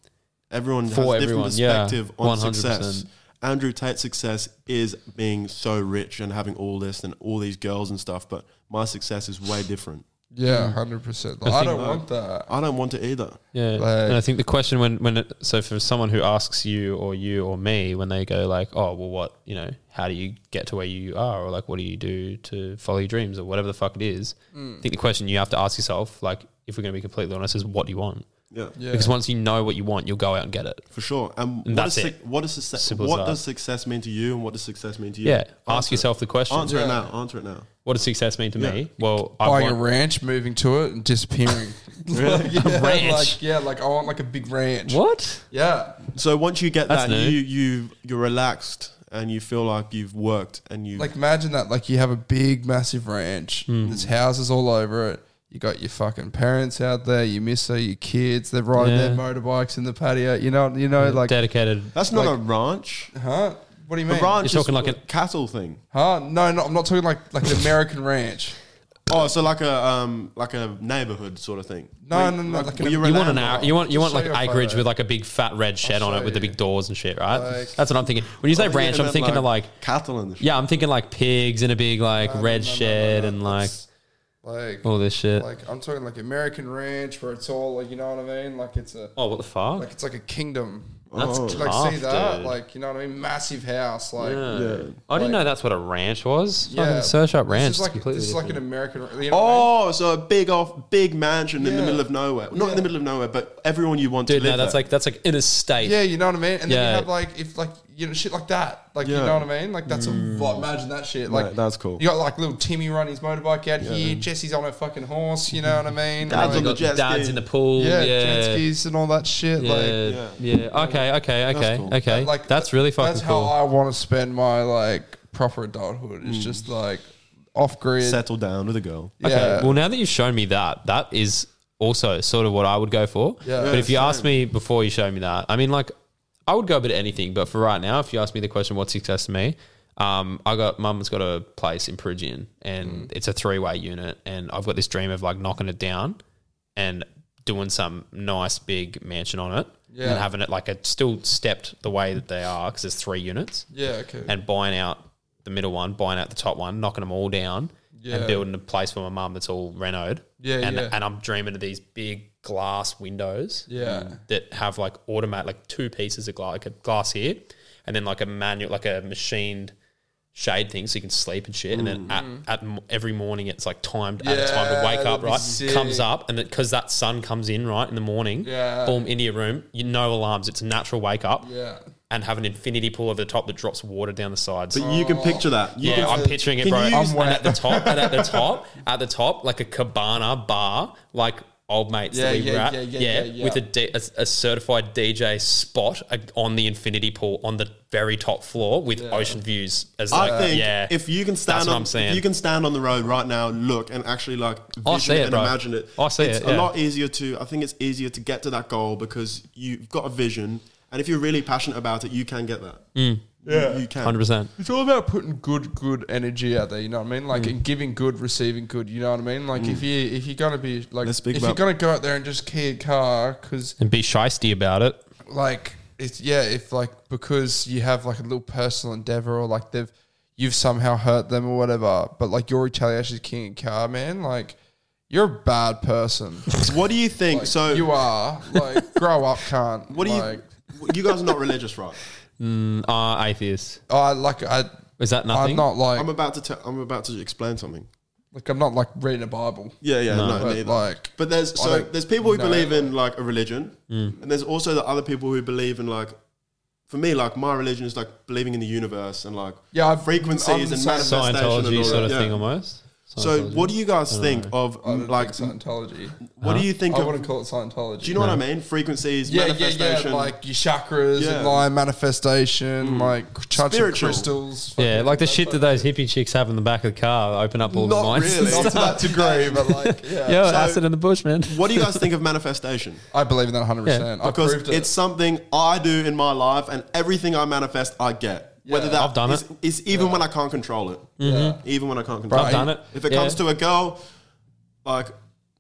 S3: Everyone has
S1: For
S3: a different
S1: everyone, yeah,
S3: perspective on
S1: 100%.
S3: success. Andrew Tate's success is being so rich and having all this and all these girls and stuff, but my success is way different.
S2: yeah 100% like, i don't want that
S3: I don't want it either.
S1: Yeah,
S2: Like-
S1: and I think the question when when it, so for someone who asks you or you or me when they go like, oh well, what you know, how do you get to where you are, or like, what do you do to follow your dreams, or whatever the fuck it is? I think the question you have to ask yourself, like, if we're going to be completely honest, is what do you want?
S3: Yeah,
S2: yeah
S1: Because once you know what you want, you'll go out and get it.
S3: for sure. And, what,
S1: that's
S3: is
S1: it.
S3: suc- what is success?
S1: Simple as
S3: what
S1: that.
S3: does success mean to you, and what does success mean to you?
S1: Yeah, ask
S3: Answer it.
S1: yourself the question.
S3: Answer
S2: Yeah.
S3: it now. Answer it now.
S1: What does success mean to me? Well, I
S2: buying
S1: want,
S2: a ranch moving to it and disappearing [LAUGHS]
S1: [LAUGHS]
S2: Like, yeah,
S1: ranch?
S2: like yeah like i want like a big ranch
S1: what?
S2: yeah
S3: So once you get
S1: That's
S3: that,
S1: new.
S3: you you you're relaxed and you feel like you've worked and you
S2: like imagine that like you have a big massive ranch
S1: Hmm.
S2: there's houses all over it you got your fucking parents out there you miss her your kids they're riding
S1: Yeah.
S2: their motorbikes in the patio you know you know like
S1: Dedicated.
S3: That's not
S2: like-
S3: a ranch.
S2: Huh? What do you
S3: A
S2: mean?
S3: ranch
S1: You're
S3: is
S1: talking like
S3: a
S1: an-
S3: cattle thing.
S2: Huh? No, no, I'm not talking like like an American ranch.
S3: Oh, so like a um like a neighborhood sort of thing.
S2: No,
S3: Where-
S2: no, no, like
S3: where
S2: an-
S3: you're
S1: You want an
S3: landlocked.
S1: ar- you want you
S2: I'll
S1: want
S2: show
S1: like
S2: you a
S1: acreage
S2: photo.
S1: with like a big fat red shed on
S2: show
S1: it with the
S2: you.
S1: big doors and shit, right?
S2: Like-
S1: That's what I'm thinking. When you say
S3: I
S1: ranch,
S3: you
S1: I'm
S3: meant
S1: thinking of like
S3: cattle and the
S1: Yeah, I'm thinking like pigs in a big like red
S2: No, no, no,
S1: shed
S2: no.
S1: and like
S2: It's like
S1: all this shit.
S2: like I'm talking like American ranch where it's all like you know what I mean? Like it's a
S1: oh, what the fuck?
S2: like it's like a kingdom.
S1: That's
S3: Oh.
S2: Like
S1: tough,
S2: see that?
S1: dude.
S2: Like you know what I mean? Massive house. Like
S1: yeah.
S3: Yeah.
S1: I didn't
S2: like-
S1: know that's what a ranch was.
S2: yeah.
S1: Fucking search up
S2: This
S1: ranch.
S2: is
S1: It's
S2: like
S1: completely
S2: this is like an
S1: different.
S2: American. You know what
S3: Oh, so a big off big mansion in the
S2: Yeah.
S3: middle of nowhere. Not in the
S2: Yeah.
S3: middle of nowhere, but everyone you want
S1: Dude,
S3: to live
S1: no, that's
S3: there.
S1: like that's like in a
S2: I
S1: state.
S2: mean? Yeah, you know what I mean. And then
S1: Yeah.
S2: you have like if like you know shit like that. Like
S3: Yeah.
S2: you know what I mean? Like that's a like, imagine that shit. Like
S3: Mate, that's cool.
S2: You got like little Timmy running his motorbike out here. Jesse's on her fucking horse. You know what I mean?
S3: Dad's
S2: Like-
S3: on the
S1: Got the
S3: jet
S1: dads
S3: ski.
S1: in the pool.
S2: yeah,
S1: Yeah.
S2: jet skis and all that shit.
S1: Yeah,
S2: Like,
S1: yeah, Okay, okay, okay,
S3: cool.
S1: okay. Like, that's really fucking
S2: That's
S1: cool.
S2: how I want to spend my like proper adulthood. It's just like off grid.
S3: settle down with a girl.
S2: Yeah.
S1: Okay. Well, now that you've shown me that, that is also sort of what I would go for.
S2: Yeah.
S1: but if you asked me before you showed me that, I mean, like, I would go a bit of anything. But for right now, if you ask me the question, what's success to me? Um, I got mum's got a place in Perigian, and
S2: Mm.
S1: it's a three way unit, and I've got this dream of like knocking it down and doing some nice big mansion on it. and
S2: Yeah.
S1: then having it like a still stepped the way that they are because there's three units
S2: Yeah, okay.
S1: and buying out the middle one, buying out the top one, knocking them all down,
S2: Yeah.
S1: and building a place for my mum that's all renoed.
S2: Yeah,
S1: and
S2: yeah.
S1: and I'm dreaming of these big glass windows.
S2: Yeah.
S1: that have like automatic, like two pieces of glass, like a glass here, and then like a manual, like a machined shade thing, so you can sleep and shit. And then at, at m- every morning, it's like timed at a time to
S2: Mm. Yeah,
S1: wake up,
S2: that'd be
S1: right?
S2: sick.
S1: Comes up, and because that sun comes in right in the morning,
S2: Yeah.
S1: boom into your room. You no alarms. It's a natural wake up.
S2: Yeah.
S1: And have an infinity pool over the top that drops water down the sides.
S3: But you can picture that. You
S1: Yeah,
S3: can-
S1: I'm picturing it,
S3: Can
S1: bro.
S3: you use-
S1: and at the top, and
S3: [LAUGHS]
S1: at the top, at the top, like a cabana bar, like old mates that we
S2: Yeah, yeah,
S1: were at,
S2: yeah, yeah, yeah, yeah.
S1: with a, D, a, a certified DJ spot uh, on the infinity pool on the very top floor with ocean views. As
S3: I
S1: like,
S3: think
S1: yeah,
S3: if you can
S1: That's
S3: stand
S1: what
S3: on,
S1: I'm saying.
S3: if you can stand on the road right now, look and actually like
S1: I
S3: vision
S1: see it,
S3: and
S1: bro.
S3: imagine it.
S1: I see
S3: it's
S1: it,
S3: a
S1: yeah.
S3: lot easier to. I think it's easier to get to that goal because you've got a vision, and if you're really passionate about it, you can get that. Yeah, you,
S1: [LAUGHS]
S3: can.
S1: Mm. hundred percent.
S2: It's all about putting good, good energy out there. You know what I mean? Like and giving good, receiving good. You know what I mean? Like if you if you're gonna be like
S3: Let's
S2: if
S3: speak
S2: you're
S3: about-
S2: gonna go out there and just key a car because
S1: And be shisty about it.
S2: like it's yeah if like because you have like a little personal endeavor or like they've you've somehow hurt them or whatever but like your retaliation is king and car man like you're a bad person
S3: What do you think? so
S2: you are like grow up can't
S3: [LAUGHS] What do
S2: like,
S3: you? You guys are not religious, right?
S1: Ah, atheist.
S2: i like i
S1: Is that nothing?
S2: i'm not like
S3: I'm
S2: I'm
S3: about to. Te- I'm about to explain something.
S2: like i'm not like reading a bible
S3: Yeah, yeah, no,
S2: but
S3: neither.
S2: like
S3: But there's
S2: I
S3: so
S2: don't
S3: there's people who
S2: know.
S3: believe in like a religion, and there's also the other people who believe in like, for me, like my religion is like believing in the universe and like
S2: Yeah, I've- I'm
S3: frequencies
S2: the
S3: and
S2: same.
S3: manifestation and
S1: Scientology
S3: all
S1: sort
S3: that.
S1: of
S3: yeah.
S1: thing almost.
S3: So
S1: Scientology.
S3: what do you guys think of
S2: I don't
S3: like?
S2: think Scientology.
S3: What do you think
S2: I
S3: of?
S2: wouldn't call it Scientology.
S3: do you know what I mean? Frequencies,
S2: yeah, yeah, yeah,
S3: manifestation.
S2: like your chakras
S3: Yeah. Hmm.
S2: and like manifestation, like chakra
S3: Spiritual.
S2: crystals.
S1: Yeah,
S2: fucking-
S1: like the shit that those hippie chicks have in the back of the car, open up all the
S3: Not
S1: minds. [LAUGHS]
S3: really.
S2: not to
S3: [LAUGHS]
S2: that degree, but like, yeah.
S1: Yo,
S3: So-
S1: acid in the bush, man.
S3: what do you guys think of manifestation?
S2: I believe in that 100%.
S1: Yeah,
S2: I
S3: because
S2: proved it.
S3: it's something I do in my life, and everything I manifest, I get. Whether that
S1: I've done
S3: is,
S1: it.
S3: is even when I can't control it. Mm-hmm.
S2: Yeah.
S3: Even when I can't control
S1: I've
S3: it.
S1: done it.
S3: If it
S1: Yeah.
S3: comes to a girl, like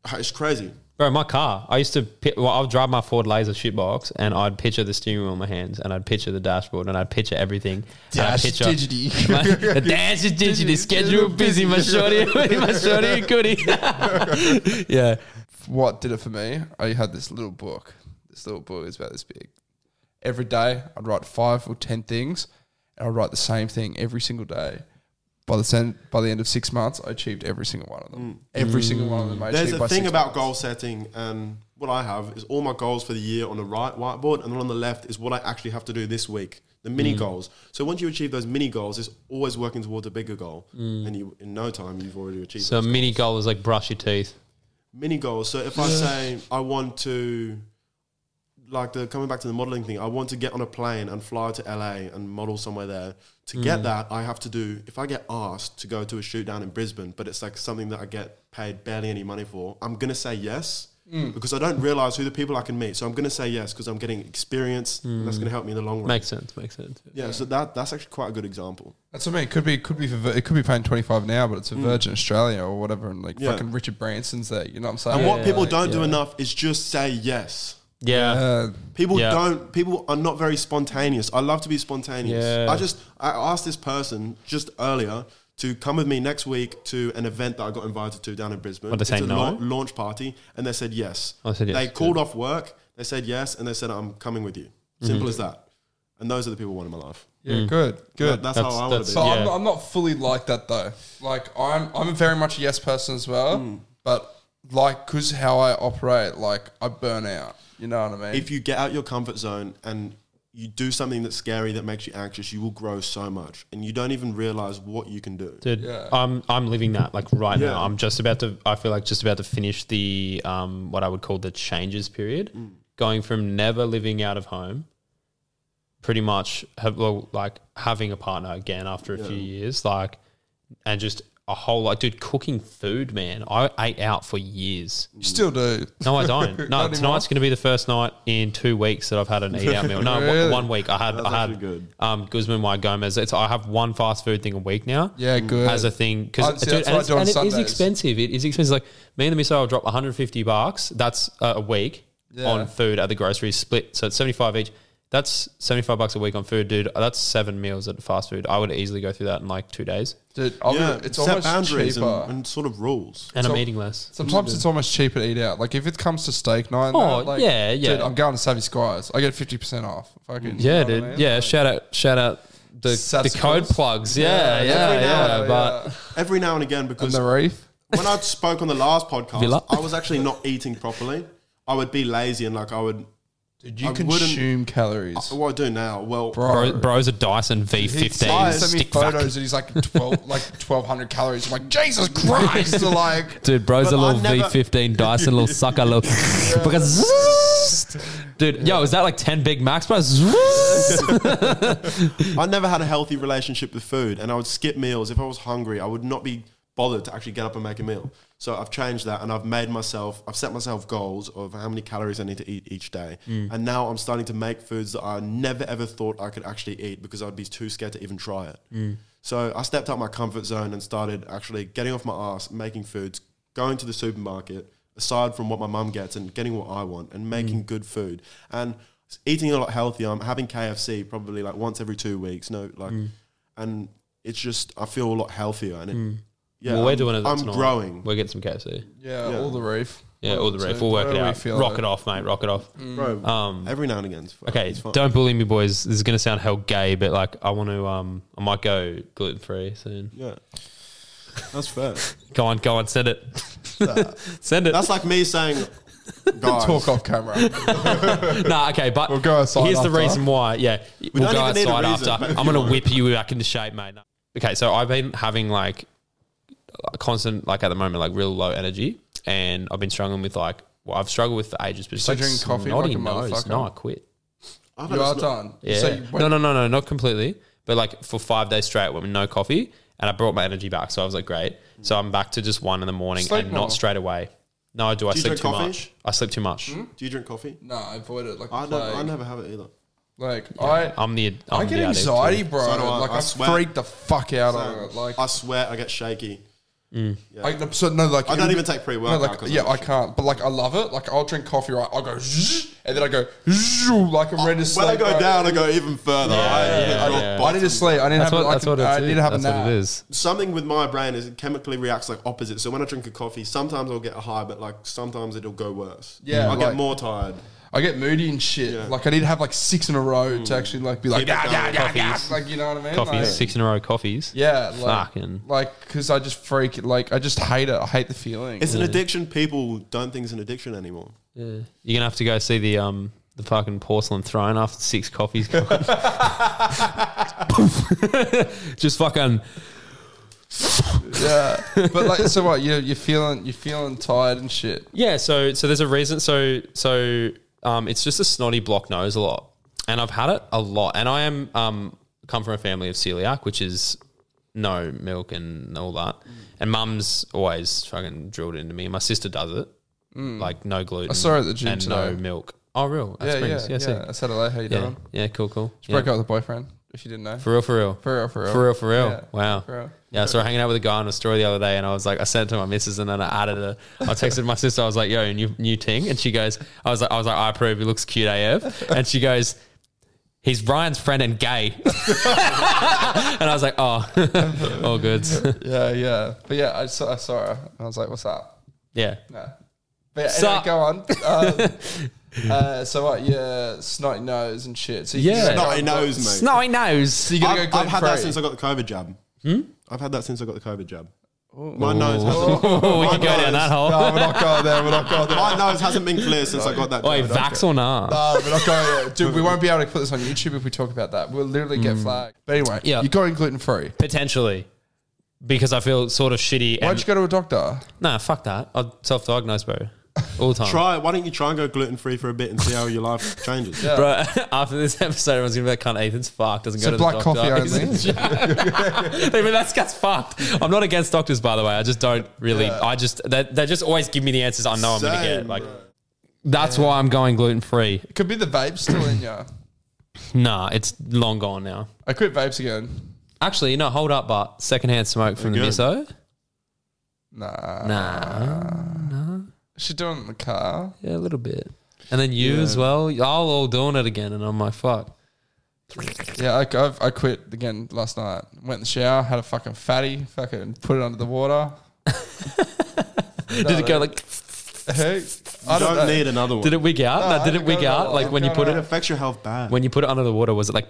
S3: [SIGHS] it's crazy.
S1: Bro, my car. I used to. pi- Well, I would drive my Ford Laser shitbox, and I'd picture the steering wheel in my hands, and I'd picture the dashboard, and I'd picture everything. and I'd
S2: Dash
S1: picture-
S2: digity.
S1: My- [LAUGHS]
S3: [LAUGHS]
S1: the dash is digity. Schedule busy. My shorty, [LAUGHS] my shorty, and goody.
S3: [LAUGHS]
S1: yeah.
S2: What did it for me? I had this little book. This little book is about this big. Every day, I'd write five or 10 things, and I'd write the same thing every single day. By the, sen- by the end of six months, I achieved every single one of them. Every single one of them. I
S3: Mm. There's
S2: achieved
S3: a
S2: by
S3: thing
S2: six
S3: about
S2: months.
S3: goal setting, and what I have is all my goals for the year on the right whiteboard, and then on the left is what I actually have to do this week, the
S1: Mm.
S3: mini goals. So once you achieve those mini goals, it's always working towards a bigger goal, and you in no time you've already achieved.
S1: Mm. So a mini goal is like brush your teeth.
S3: mini goals. So if I say I want to, like the coming back to the modeling thing, I want to get on a plane and fly to LA and model somewhere there. To
S1: Mm.
S3: get that, I have to do. If I get asked to go to a shoot down in Brisbane, but it's like something that I get paid barely any money for, I'm gonna say yes.
S1: Mm.
S3: Because I don't realize who the people I can meet, so I'm going to say yes because I'm getting experience, and that's going
S1: Mm.
S3: to help me in the long run.
S1: Makes sense. Makes sense.
S3: yeah, so that that's actually quite a good example.
S2: That's what I mean. It could be, could be, for, Vir- it could be paying twenty five now, but it's a Virgin Australia or whatever, and like
S3: Mm. Yeah.
S2: fucking Richard Branson's there. You know what I'm saying?
S3: And what
S1: Yeah,
S3: people
S1: like,
S3: don't do
S1: yeah.
S3: enough is just say yes.
S1: Yeah.
S2: Uh,
S3: People
S1: Yeah.
S3: don't. People are not very spontaneous. I love to be spontaneous.
S1: Yeah.
S3: I just I asked this person just earlier to come with me next week to an event that I got invited to down in Brisbane.
S1: What, they
S3: it's
S1: say
S3: a
S1: no?
S3: lau- launch party, and they said yes.
S1: I Oh, said yes,
S3: They
S1: good.
S3: called off work. They said yes, and they said I'm coming with you.
S1: Mm-hmm.
S3: Simple as that. And those are the people I want in my life.
S2: yeah, good, good.
S3: That- that's,
S1: That's-
S3: how I want
S1: that's-
S3: to be.
S2: so
S1: yeah.
S2: I'm, not, I'm not fully like that though. Like I'm, I'm very much a yes person as well,
S3: Hmm.
S2: but like because how I operate, like I burn out. You know what I mean?
S3: if you get out your comfort zone and you do something that's scary that makes you anxious, you will grow so much, and you don't even realize what you can do.
S1: Dude,
S2: Yeah.
S1: I'm I'm living that like right
S3: Yeah.
S1: now. I'm just about to. I feel like just about to finish the um what I would call the changes period, going from never living out of home, pretty much have well, like having a partner again after a few years, like, and just a whole like dude cooking food, man. I ate out for years.
S2: you still do.
S1: No, I don't. No,
S2: Not
S1: tonight's
S2: anymore?
S1: going to be the first night in two weeks that I've had an eat out meal. No,
S2: Really?
S1: one week I had.
S3: That's
S1: I had
S3: actually good.
S1: um Guzman Y Gomez. It's I have one fast food thing a week now
S3: Hmm.
S2: Yeah, good.
S1: as a thing
S2: I'd
S1: because
S2: say
S1: dude,
S2: that's
S1: and,
S2: what I
S1: it's-
S2: do on
S1: and it is
S2: Sundays.
S1: expensive. It is expensive. Like me and the missile will drop 150 bucks. That's uh, a week.
S2: Yeah.
S1: on food at the grocery split. So it's 75 each. That's 75 bucks a week on food, dude. That's seven meals at fast food. I would easily go through that in like two days.
S2: Dude, I'll be-
S3: yeah,
S2: it's
S3: set
S2: almost
S3: boundaries and,
S2: cheaper.
S3: and sort of rules.
S1: And
S2: So-
S1: I'm eating less.
S2: Sometimes it's almost cheaper to eat out. Like if it comes to steak night, and
S1: Oh,
S2: that, like,
S1: yeah,
S2: Dude,
S1: yeah.
S2: I'm going to Savvy Squires. I get fifty percent off. Fucking you
S1: Yeah,
S2: know what I
S1: dude.
S2: mean?
S1: Yeah, shout out, shout out the, the
S2: Satsumas.
S1: code plugs. Yeah, yeah,
S2: every now
S1: yeah.
S2: and then,
S1: but
S2: yeah.
S3: Every now and again, because
S2: and the reef.
S3: when I spoke on the last podcast,
S1: Villa.
S3: I was actually not eating properly. I would be lazy and like I would.
S2: Dude, you
S3: I wouldn't-
S2: consume calories,
S3: What I do now? Well,
S1: bro, bro's a Dyson
S2: He
S1: V15
S2: sends me
S1: stick fuck.
S2: photos and he's like twelve, like
S3: [LAUGHS]
S2: twelve hundred calories. I'm like Jesus Christ!
S1: [LAUGHS]
S2: like
S1: Dude, bro's
S3: But
S1: a little
S3: I never-
S1: V15 Dyson,
S3: [LAUGHS]
S1: little sucker, little. [LAUGHS] because [LAUGHS] dude, yo, is that like 10 Big Macs, bro? [LAUGHS]
S3: I never had a healthy relationship with food, and I would skip meals if I was hungry. I would not be bothered to actually get up and make a meal. So I've changed that, and I've made myself. I've set myself goals of how many calories I need to eat each day, and now I'm starting to make foods that I never ever thought I could actually eat because I'd be too scared to even try it. So I stepped out my comfort zone and started actually getting off my ass, making foods, going to the supermarket, aside from what my mum gets, and getting what I want, and
S1: Mm.
S3: making good food, and eating a lot healthier. I'm having KFC probably like once every two weeks. No, like,
S1: Mm.
S3: and it's just I feel a lot healthier, and it, yeah,
S1: Mm. well, we're
S3: I'm,
S1: doing it.
S3: I'm
S1: tonight.
S3: growing,
S1: We're getting some KFC.
S2: yeah,
S3: Yeah.
S2: all the reef.
S1: Yeah, all the
S2: So
S1: ref. We'll work it
S2: whatever we
S1: out.
S2: feel
S1: Rock
S2: like.
S1: it off, mate. Rock it off.
S3: bro.
S1: Um,
S3: every now and again, it's fine.
S1: Okay,
S3: It's fine.
S1: don't bully me, boys. This is gonna sound hell gay, but like, I want to. Um, I might go gluten free soon.
S3: Yeah, that's fair.
S1: Go on, go on, send it, [LAUGHS] send it.
S3: that's like
S1: [LAUGHS]
S3: me saying, guys,
S2: Talk off
S3: [LAUGHS]
S2: camera.
S1: nah, okay, but
S2: We'll go outside
S1: Here's
S2: after.
S1: the reason why. Yeah, we'll
S3: don't
S1: go
S3: even need a
S1: outside
S3: reason,
S1: after.
S3: but if
S1: I'm
S3: you
S1: gonna
S3: want.
S1: whip you back into shape, mate. No. Okay, so I've been having like a constant, like at the moment, like real low energy, and I've been struggling with like, well, I've struggled with for ages, but it's
S2: You
S1: like
S2: drink coffee
S1: snotty
S2: like a
S1: nose.
S2: motherfucker.
S1: No, I quit.
S3: I've had
S2: you
S3: a
S2: are
S3: snot-
S2: done.
S1: Yeah.
S2: So you,
S1: no, no, no, no, not completely. But like for five days straight, with no coffee, and I brought my energy back, so I was like, great. So I'm back to just one in the morning,
S2: Sleep
S1: and
S2: normal.
S1: not straight away. No, do I
S3: you
S1: sleep
S3: drink
S1: too
S3: coffee?
S1: much? I sleep too much.
S2: Hmm?
S3: Do you drink coffee?
S2: no, I avoid it like
S3: I
S2: I
S3: don't. I never have it either.
S2: Like I,
S1: I'm the. I'm
S2: I get
S1: the addict.
S2: anxiety, bro.
S3: So do I.
S2: like
S3: I
S2: I,
S3: sweat.
S2: freak the fuck out on it. Like
S3: I swear, I get shaky.
S2: I, no, so no, like
S3: I don't
S2: it'll
S3: even
S2: be-
S3: take pre-workout
S2: like,
S3: 'cause
S2: yeah,
S3: I'm
S2: I can't. But like, I love it. Like, I'll drink coffee. Right, I'll go, zzz, and then I go zzz, like a red to
S3: Oh, When
S2: sleep.
S3: I go
S2: bro.
S3: down, I go even further. I,
S1: yeah, yeah.
S3: I drop
S2: I need to
S3: bottom.
S2: sleep. I need to
S1: That's
S2: have.
S1: what.
S2: I
S1: that's
S2: can-
S1: what it
S2: I
S1: is.
S2: need to have a
S1: that's
S2: nap.
S1: what it is.
S3: Something with my brain is it chemically reacts like opposite. So when I drink a coffee, sometimes I'll get a high, but like sometimes it'll go worse.
S2: Yeah,
S3: I
S2: like-
S3: get more tired.
S2: I get moody and shit. Like, I need to have like six in a row to actually like be like,
S3: Keep it
S2: "Ah,
S3: going.
S2: yeah, yeah, yeah,"
S1: Coffees.
S2: like you know what I mean?
S1: Coffees,
S2: Like,
S1: six in a row. Coffees.
S2: Yeah, like,
S1: Fucking.
S2: like because I just freak. Like, I just hate it. I hate the feeling.
S3: It's an addiction. People don't think it's an addiction anymore.
S1: Yeah. You're gonna have to go see the um the fucking porcelain throne after six [LAUGHS] coffees. Poof. Just fucking. [LAUGHS]
S2: yeah, but like, so what? You you're feeling you're feeling tired and shit.
S1: Yeah, so so there's a reason. So so um, it's just a snotty block nose a lot, and I've had it a lot. And I am um, come from a family of celiac, which is no milk and all that. And mum's always fucking drilled into me. My sister does it, like no gluten. I
S2: Mm. saw her at the gym
S1: and no
S2: today.
S1: milk. Oh, real? At
S2: Yeah, yeah,
S1: Springs.
S2: yeah.
S1: sick.
S2: I said hello. How you
S1: yeah.
S2: doing?
S1: Yeah, cool, cool.
S2: She
S1: Yeah.
S2: broke up with a boyfriend. If you didn't know.
S1: For real, for real.
S2: For real, for real.
S1: For real, for real.
S2: Yeah.
S1: Wow.
S2: For real.
S1: Yeah, so I was hanging out with a guy on a story the other day, and I was like, I sent it to my missus, and then I added a. I texted my sister. I was like, "Yo, new new ting," and she goes, "I was like, I was like, I approve. He looks cute AF," and she goes, "He's Ryan's friend and gay," [LAUGHS] and I was like, "Oh, [LAUGHS] all good."
S2: Yeah, yeah. But yeah, I saw, I saw her. and I was like, what's up?
S1: yeah,
S2: No. But yeah, anyway,
S1: Sup?
S2: go
S1: [LAUGHS]
S2: on. Um, uh, so what? Yeah, snotty nose and shit. So you
S1: Yeah.
S2: just-
S3: Snotty nose, mate.
S1: snotty nose.
S2: You gotta
S3: I've,
S2: go
S3: I've had that
S2: gluten-free.
S3: since I got the COVID jab. I've had that since I got the COVID jab. My nose, hasn't,
S1: Oh, [LAUGHS] we
S3: [LAUGHS] my
S1: can go down that
S3: nose.
S1: hole.
S2: No, we're not going there. We're not going there.
S3: [LAUGHS] my nose hasn't been clear since I got that.
S1: Oi,
S3: jab.
S1: vax or nah?
S2: No, Uh, we're not going there. Dude, we won't be able to put this on YouTube if we talk about that. We'll literally get
S3: Hmm.
S2: flagged. But anyway,
S1: Yeah.
S2: you got in gluten free.
S1: Potentially, because I feel sort of shitty.
S2: Why'd
S1: And,
S2: you go to a doctor?
S1: nah, fuck that. I'll self-diagnose, bro. All the time.
S3: Try. Why don't you try and go gluten free for a bit and see how your life [LAUGHS] changes? Yeah.
S1: Bro, [LAUGHS] after this episode, everyone's gonna be like, "Cunt, Ethan's fucked. Doesn't
S2: So
S1: go to
S2: black
S1: the doctor." [LAUGHS]
S2: coffee
S1: He's a joke. I mean, that's that's fucked. I'm not against doctors, by the way. I just don't really. I just they, they just always give me the answers I know I'm gonna
S3: Same,
S1: get. Like that's why I'm going gluten free.
S2: It could be the vape still in ya.
S1: Nah, it's long gone now.
S2: I quit vapes again.
S1: Actually, no, hold up, but secondhand smoke from the
S3: Good.
S1: miso.
S2: Nah.
S1: Nah,
S2: Should do it in the car.
S1: yeah, a little bit. And then you
S3: Yeah.
S1: as well. Y'all all doing it again. And I'm like, fuck.
S2: Yeah, I, I've, I quit again last night. Went in the shower, had a fucking fatty, fucking put it under the water.
S1: Did it go like,
S2: Hey,
S3: You
S2: I don't,
S3: don't
S2: know.
S3: need another one.
S1: did it wig out?
S2: No,
S1: Like,
S2: I
S1: did it
S2: haven't
S1: wig out?
S2: got it.
S1: Like when you
S2: It's
S1: put
S2: gone
S1: it,
S3: It affects your health bad.
S1: when you put it under the water, was it like,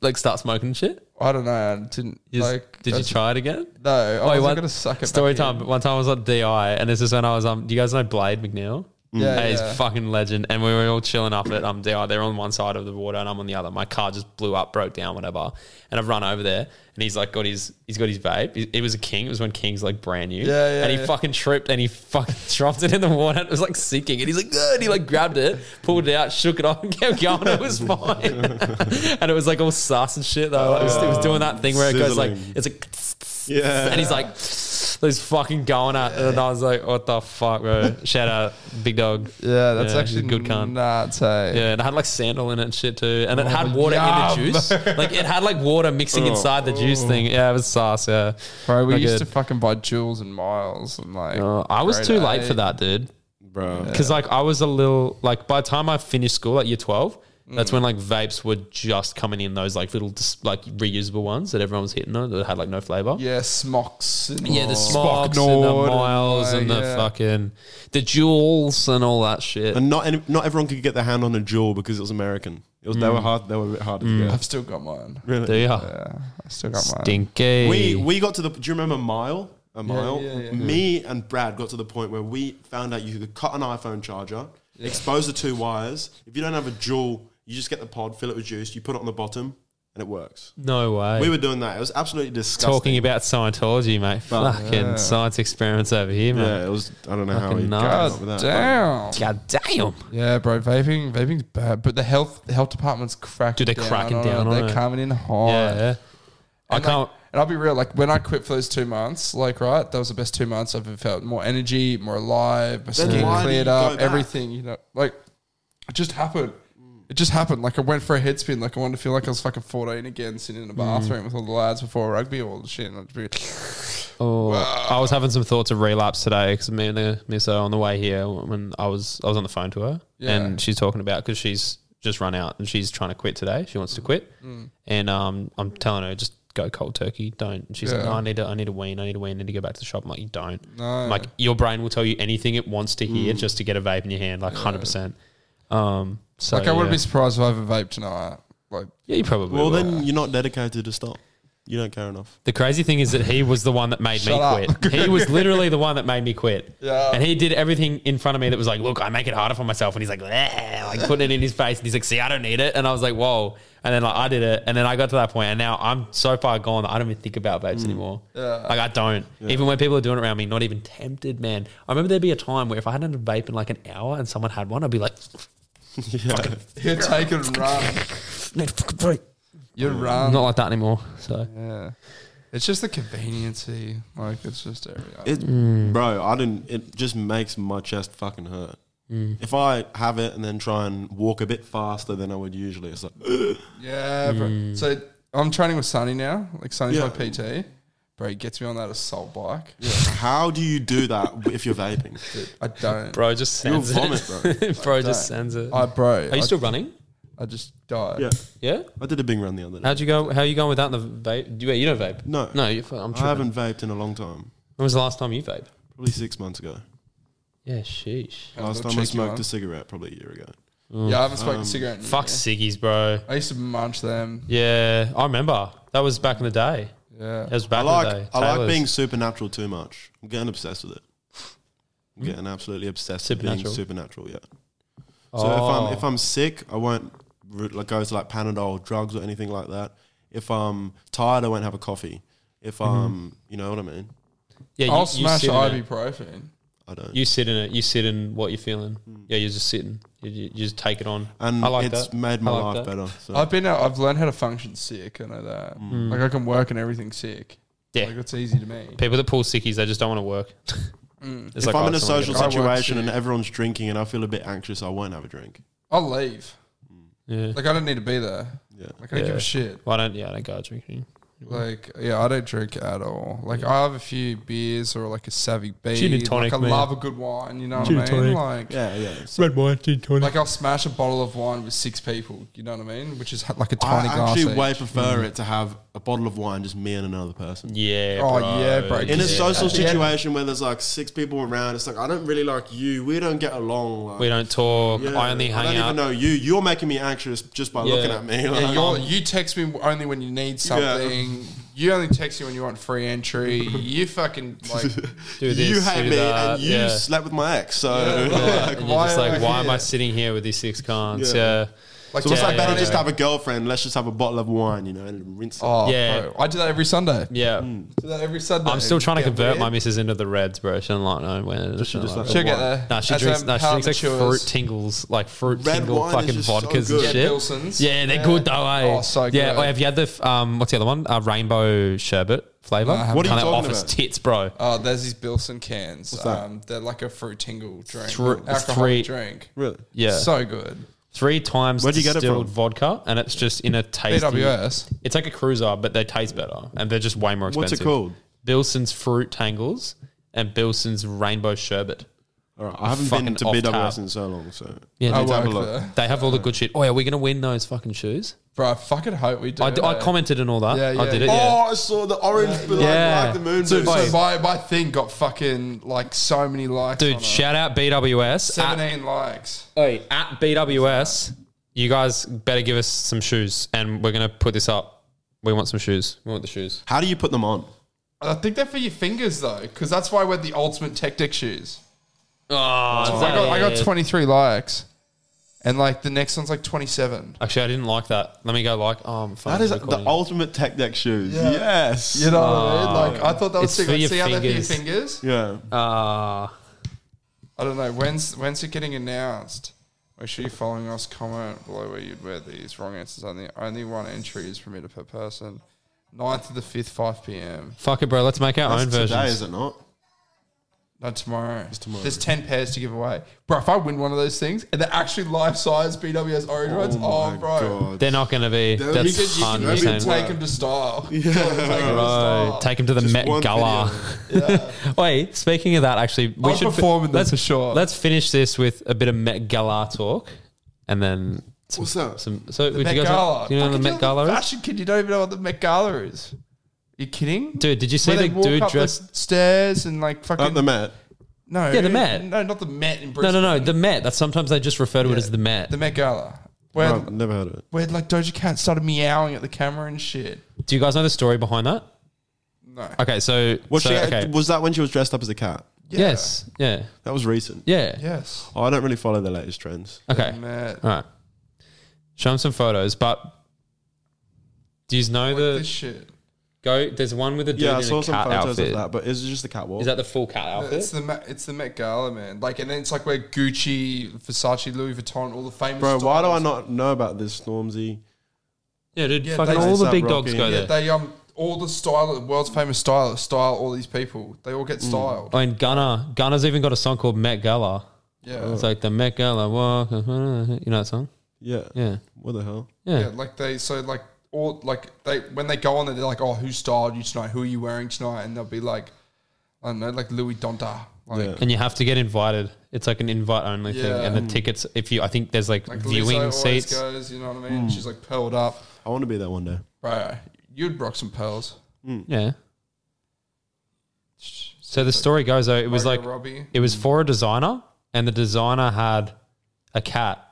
S1: like start smoking shit?
S2: I don't know. I didn't
S1: You just-
S2: like.
S1: did you
S2: that's-
S1: try it again?
S2: No, I
S1: Oh, you
S2: wasn't
S1: want-
S2: gonna suck it.
S1: Story
S2: back
S1: time.
S2: in.
S1: One time I was at DI, and this is when I was um. Do you guys know Blade McNeil?
S2: Mm. Yeah,
S1: Hey, he's
S2: yeah.
S1: a fucking legend. And we were all chilling up at um DI. They're on one side of the water, and I'm on the other. My car just blew up, broke down, whatever. And I've run over there, and he's like got his he's got his vape. It- It was a King. It was when King's like brand new.
S2: Yeah, yeah,
S1: And he
S2: yeah.
S1: fucking tripped, and he fucking [LAUGHS] dropped it in the water. It was like sinking, and he's like, good. He like grabbed it, pulled it out, shook it off, and kept going. It was fine. [LAUGHS] and it was like all sus and shit though. Like, it, was, it was doing that thing where it goes like
S3: Sizzling.
S1: it's like. [LAUGHS]
S3: Yeah.
S1: And he's like, he's fucking going at it. And I was like, what the fuck, bro? Shout out, big dog.
S2: Yeah, that's
S1: Yeah, he's a
S2: actually
S1: good cunt.
S2: Nuts, hey.
S1: Yeah, and it had like sandal in it and shit too. And it
S2: Oh,
S1: had water in the juice. Like it had like water mixing inside the juice thing. Yeah, it was sauce, yeah.
S2: Bro, we
S1: Not
S2: used
S1: good.
S2: to fucking buy Jules and Miles and like.
S1: Uh, I was
S2: grade
S1: too late for
S2: eight.
S1: that, dude.
S3: bro.
S1: Because like I was a little like by the time I finished school, like year twelve,
S2: Mm.
S1: that's when like vapes were just coming in those like little dis- like reusable ones that everyone was hitting though that had like no flavor.
S2: Yeah, Smocks. And
S1: Yeah, the
S2: Spock
S1: smokes and the
S2: Nord
S1: miles and, the
S2: yeah.
S1: fucking the jewels and all that shit.
S3: And not any, not everyone could get their hand on a jewel because it was American. It was, They
S1: Mm.
S3: were hard. They were a bit harder to
S2: I've
S3: get.
S2: still got mine.
S3: [LAUGHS] Really.
S1: Do ya?
S2: Yeah, I still got mine.
S1: Stinky.
S3: We we got to the. Do you remember Mile? A mile.
S2: yeah, yeah.
S3: Me and Brad got to the point where we found out you could cut an iPhone charger, expose the two wires. If you don't have a jewel, you just get the pod, fill it with juice, you put it on the bottom, and it works.
S1: no way.
S3: We were doing that. It was absolutely disgusting.
S1: talking about Scientology, mate.
S3: But-
S1: Fucking science experiments over here, mate.
S3: Yeah, it was. I don't know how
S1: Fucking
S3: we got
S1: nuts.
S3: up with that.
S2: Damn.
S1: God damn.
S2: Yeah, bro, vaping, vaping's bad, but the health the health department's cracking.
S1: Dude, they're
S2: down
S1: cracking
S2: on
S1: down
S2: it.
S1: on
S2: They're
S1: it.
S2: coming in hard.
S1: Yeah. I
S2: And,
S1: can't.
S2: Like, and I'll be real, like when I quit for those two months, like right, that was the best two months I've ever felt. More energy, more alive, my
S3: Then
S2: skin
S3: why do
S2: cleared
S3: you go
S2: up,
S3: back?
S2: everything. You know, like it just happened.
S3: Mm.
S2: It just happened. Like I went for a head spin. Like I wanted to feel like I was fucking fourteen again, sitting
S1: Mm.
S2: in the bathroom with all the lads before rugby, all the shit. And I'd be,
S1: Oh, I was having some thoughts of relapse today because me and the miss on the way here when I was I was on the phone to her
S2: Yeah.
S1: and she's talking about because she's just run out and she's trying to quit today. She wants to quit,
S2: Mm.
S1: and um, I'm telling her just go cold turkey. Don't. She's like,
S2: Yeah.
S1: no, I need to. I need to wean. I need to wean. I need to go back to the shop. I'm like, you don't.
S2: no, Mm.
S1: I'm Like your brain will tell you anything it wants to hear just to get a vape in your hand, like hundred percent. Um, so
S2: like I wouldn't
S1: yeah.
S2: be surprised if I have a vape tonight.
S3: [LAUGHS]
S2: Like
S1: Yeah, you probably
S3: Well,
S1: will.
S3: then you're not dedicated to stop. You don't care enough. [LAUGHS]
S1: The crazy thing is that he was the one that made me
S2: Shut up.
S1: quit. He was literally the one that made me quit.
S2: [LAUGHS] Yeah.
S1: And he did everything in front of me that was like, look, I make it harder for myself. And he's like, "Eh," like putting it in his face. And he's like, see, I don't need it. And I was like, whoa. And then like, I did it. And then I got to that point, And now I'm so far gone that I don't even think about vapes anymore.
S2: Mm. Yeah.
S1: Like I don't. Even when people are doing it around me, not even tempted, man. I remember there'd be a time where if I hadn't had a vape in like an hour and someone had one, I'd be like,
S3: Yeah.
S2: you take it and run.
S1: need a fucking break.
S2: You
S1: I'm
S2: run.
S1: not like that anymore. So
S2: Yeah. It's just the conveniency. Like, it's just everything.
S3: It,
S1: Mm.
S3: bro, I didn't. It just makes my chest fucking hurt.
S1: Mm.
S3: If I have it and then try and walk a bit faster than I would usually, it's like
S2: Yeah, bro.
S1: Mm.
S2: So I'm training with Sonny now. Like, Sonny's
S3: Yeah.
S2: my PT. Bro, he gets me on that assault bike.
S3: How do you do that if you're vaping?
S2: I don't. Bro,
S1: bro just
S3: You'll
S1: sends
S3: vomit,
S1: it. [LAUGHS]
S3: bro.
S1: bro just sends it.
S2: I, bro,
S1: Are
S2: I,
S1: you still running?
S2: I just died.
S3: Yeah,
S1: Yeah.
S3: I did a Bing run the other day.
S1: How'd you go? How you going without the vape? Do you, you don't vape?
S3: No.
S1: No, you, I'm
S3: I
S1: tripping.
S3: haven't vaped in a long time.
S1: When was the last time you vape?
S3: Probably six months ago.
S1: Yeah, sheesh.
S2: Had a
S3: Last
S2: little
S3: time I
S2: cheeky
S3: smoked
S2: one.
S3: a Um, cigarette, probably a year ago.
S2: Yeah, I haven't smoked a cigarette in
S1: Mm. Fuck
S2: years.
S1: ciggies, bro.
S2: I used to munch them.
S1: Yeah, I remember. That was back in the day.
S2: Yeah.
S1: That was
S3: I
S1: back in the
S3: like
S1: day.
S3: I like
S1: Taylor's.
S3: being supernatural too much. I'm getting obsessed with it. I'm getting absolutely obsessed with being
S1: Hmm? Supernatural.
S3: supernatural. Yeah.
S1: Oh.
S3: So if I'm if I'm sick, I won't re- like go to like Panadol or drugs or anything like that. If I'm tired, I won't have a coffee. If
S1: Mm-hmm.
S3: I'm, you know what I mean.
S1: yeah,
S2: I'll smash
S1: sit in it.
S2: ibuprofen.
S3: I don't.
S1: You sit in it. You sit in what you're feeling.
S3: Hmm.
S1: Yeah, you're just sitting. You, you, you just take it on.
S3: and
S1: I like
S3: it's
S1: that.
S3: made my
S1: I like
S3: life
S1: that.
S3: better. So. Mm.
S2: I've been out, I've learned how to function sick. I know that.
S1: Mm.
S2: Like, I can work and everything sick.
S1: Yeah.
S2: Like, it's easy to me. Mm.
S1: People that pull sickies, they just don't want to work. It's
S3: if
S1: like,
S3: I'm
S1: oh,
S3: in a
S1: someone
S3: social
S1: did
S2: I work
S3: situation and
S2: too.
S3: everyone's drinking and I feel a bit anxious, I won't have a drink.
S2: I'll leave.
S1: it. Yeah.
S2: Like, I don't need to be there.
S3: Yeah.
S2: Like, I don't
S1: Yeah.
S2: give a shit.
S1: Well, I don't. Yeah, I don't go out drinking.
S2: Like, yeah, I don't drink at all. Like, I have a few beers or like a savvy beer.
S1: Gin and tonic,
S2: Like, I
S1: man.
S2: love a good wine. You know
S1: Gin
S2: what
S1: and
S2: I mean?
S1: tonic.
S2: Like,
S3: Yeah, yeah. So
S1: Red wine, gin tonic.
S2: like I'll smash a bottle of wine with six people. You know what I mean? Which is like a
S3: I
S2: tiny glass.
S3: actually
S2: each.
S3: way
S1: Mm-hmm.
S3: prefer it to have a bottle of wine, just me and another person.
S1: yeah.
S2: Oh,
S1: bro.
S2: yeah, bro.
S3: In a
S2: Yeah.
S3: social
S2: At the end-
S3: situation where there's like six people around, it's like I don't really like you. We don't get along. Like,
S1: We don't talk.
S3: Yeah,
S1: I only hang
S3: I don't
S1: out.
S3: even know you. You're making me anxious just by
S1: Yeah.
S3: looking at me.
S2: Yeah,
S3: Like,
S2: you're, you text me only when you need something. You only text me when you want free entry.
S1: [LAUGHS]
S2: you fucking like,
S1: Do this,
S3: you hate
S1: do
S3: me,
S1: that.
S3: and you
S1: yeah.
S3: slept with my ex. So [LAUGHS]
S1: Yeah.
S3: like,
S1: and you're
S3: why
S1: just
S3: am
S1: like,
S3: I
S1: why am I
S3: here?
S1: sitting here with these six cons? Yeah.
S3: Yeah.
S2: like
S3: So it's
S1: Yeah,
S3: like better
S1: yeah,
S3: just
S1: yeah.
S3: to have a girlfriend. Let's just have a bottle of wine, you know, and rinse it.
S2: Oh,
S1: Yeah.
S2: bro, I do that every Sunday.
S1: Yeah.
S3: Hmm.
S2: Do that every Sunday.
S1: I'm still trying to
S2: Get
S1: convert
S2: weird.
S1: my missus into the reds, bro. She doesn't like no when. She like
S3: just like-
S1: it.
S2: She'll get there.
S1: Nah, she
S2: As
S1: drinks.
S2: her
S1: Nah, she
S2: palate
S1: drinks like
S2: matures.
S1: fruit tingles, like fruit
S3: Red
S1: tingle
S3: wine is
S1: fucking
S3: just so
S1: vodkas
S3: good.
S1: and
S2: Yeah,
S1: shit.
S2: Pilsons.
S1: Yeah, they're good though. Eh?
S2: Oh, so good.
S1: Yeah. Oh, have you had the f- um? What's the other one? Uh, rainbow sherbet flavor.
S2: No, I haven't.
S3: What are you
S1: Kinda
S3: talking
S1: off its
S3: about?
S1: tits, bro.
S2: Oh, there's these Bilson cans.
S3: that?
S2: Um, they're like a fruit tingle drink,
S1: Thr-
S2: alcoholic
S1: three-
S2: drink.
S3: Really?
S1: Yeah.
S2: So good.
S1: Three times
S3: Where'd you get it
S1: distilled
S3: from?
S1: vodka, and it's just in a tasty.
S2: BWS.
S1: It's like a cruiser, but they taste better, and they're just way more expensive.
S3: What's it called?
S1: Bilson's fruit tangles and Bilson's rainbow sherbet.
S3: All right, I haven't
S1: Fucking
S3: been to
S1: off
S3: BWS
S1: tap.
S3: in so long, so
S1: Yeah,
S2: I
S1: dude,
S2: work
S3: a look.
S2: there.
S1: they have all the good shit. Oh, yeah, we gonna win those fucking shoes.
S2: Bro, I fucking hope we do.
S1: I, d- I
S2: though.
S1: commented and all that.
S2: Yeah,
S1: I
S2: yeah.
S1: did it. Yeah.
S3: Oh, I saw the orange below
S1: Yeah.
S3: like the moon.
S2: Dude,
S3: boots.
S2: so my, my thing got fucking like so many likes.
S1: Dude,
S2: on it.
S1: shout out BWS. At,
S2: 17 likes.
S1: Oi, at BWS, you guys better give us some shoes, and we're gonna put this up. We want some shoes. We want the shoes.
S3: How do you put them on?
S2: I think they're for your fingers though, because that's why we're the ultimate tech dick shoes.
S1: Oh,
S2: I got, I got 23 likes, and like the next one's like 27.
S1: Actually, I didn't like that. Let me go like. Oh, I'm
S3: That is the ultimate tech deck shoes. Yes.
S2: You know what I mean? Like I thought that was
S1: Ah. It's
S2: sick.
S1: for
S2: Like,
S1: your
S2: see how they're for your
S1: fingers.
S2: fingers?
S3: Yeah.
S2: Ah.
S1: Uh,
S2: I don't know. When's when's it getting announced? Make sure you're following us. Comment below where you'd wear these. Wrong answers only. Only one entry is permitted per person. 9th to the 5th, 5 p.m.
S1: fuck it, bro. Let's make our
S3: That's
S1: own
S3: today,
S1: versions.
S3: is it not?
S2: No, tomorrow.
S3: tomorrow.
S2: There's 10 pairs to give away. Bro, if I win one of those things and they're actually life size BWS orange ones, oh, bro.
S1: They're not going to be.
S3: you could-
S1: That's
S3: you could
S1: hundred
S2: You can
S1: percent.
S2: take them to style. Yeah.
S1: Bro, Oh, take him to the
S3: Just
S1: Met
S3: one
S1: Gala. [LAUGHS] Wait, speaking of that, actually, we
S2: I'll
S1: should
S2: perform in them
S1: let's
S2: for sure.
S1: Let's finish this with a bit of Met Gala talk, and then some,
S3: What's that?
S1: some. So, would
S2: Met
S1: you guys?
S2: Gala.
S1: Do you know what
S2: Fucking
S1: the Met Gala is?
S2: Fashion kid, you don't even know what the Met Gala is. you kidding?
S1: Dude, did you see
S2: Where
S1: the
S2: they walk
S1: dude
S2: up
S1: dressed?
S2: the stairs and like fucking
S3: Not the Met.
S2: no,
S1: Yeah, the Met.
S2: No, not the Met in
S1: No,
S2: Brisbane.
S1: no, no. The Met. That's sometimes they just refer to it as the Met.
S2: the Met Gala, where
S3: I've never heard of it.
S2: where like Doja Cat started meowing at the camera and shit.
S1: Do you guys know the story behind that?
S2: No,
S1: Okay, so,
S3: Was,
S1: so
S3: she,
S1: okay.
S3: was that when she was dressed up as a cat?
S1: Yes. Yeah.
S3: That was recent.
S1: Yeah.
S2: yes,
S3: Oh, I don't really follow the latest trends.
S1: Okay.
S2: The Met.
S1: All right. Show him some photos, but do you know
S2: Like
S1: the
S2: this shit.
S1: go? There's one with a dude
S3: Yeah, I
S1: in
S3: saw
S1: a
S3: some
S1: cat
S3: photos
S1: outfit.
S3: of that, but is it just a cat walk?
S1: Is that the full cat outfit?
S2: It's the Met, it's the Met Gala, man. Like, and then it's like where Gucci, Versace, Louis Vuitton, all the famous.
S3: Bro, why do I
S2: stores-
S3: not know about this Stormzy?
S1: yeah, dude.
S2: Yeah,
S1: fucking
S2: they-
S1: all the
S3: ASAP
S1: big
S3: Rocky.
S1: dogs go
S2: Yeah,
S1: there.
S2: they um, all the style, world's famous stylists style all these people. They all get
S3: Mm.
S2: styled.
S1: oh, and Gunner, Gunner's even got a song called Met Gala.
S2: Yeah.
S1: It's like the Met Gala walk. uh, uh, You know that song?
S3: Yeah.
S1: Yeah.
S3: What the hell?
S1: Yeah.
S2: Yeah, like they so like all like they when they go on there, they're like, "Oh, who styled you tonight? Who are you wearing tonight?" And they'll be like, "I don't know, like Louis Donta, like
S3: Yeah.
S1: And you have to get invited. It's like an invite only
S2: Yeah.
S1: thing. And the tickets, if you, I think there's like,
S2: like
S1: viewing
S2: Lizzo always
S1: seats. Hmm.
S2: goes." You know what I mean? She's like pearled up,
S3: I want to be there one day. Mm.
S2: bro. You'd rock some pearls.
S1: Yeah. So the story goes though, it was like
S2: Margot Robbie.
S1: It was for a designer, and the designer had a cat,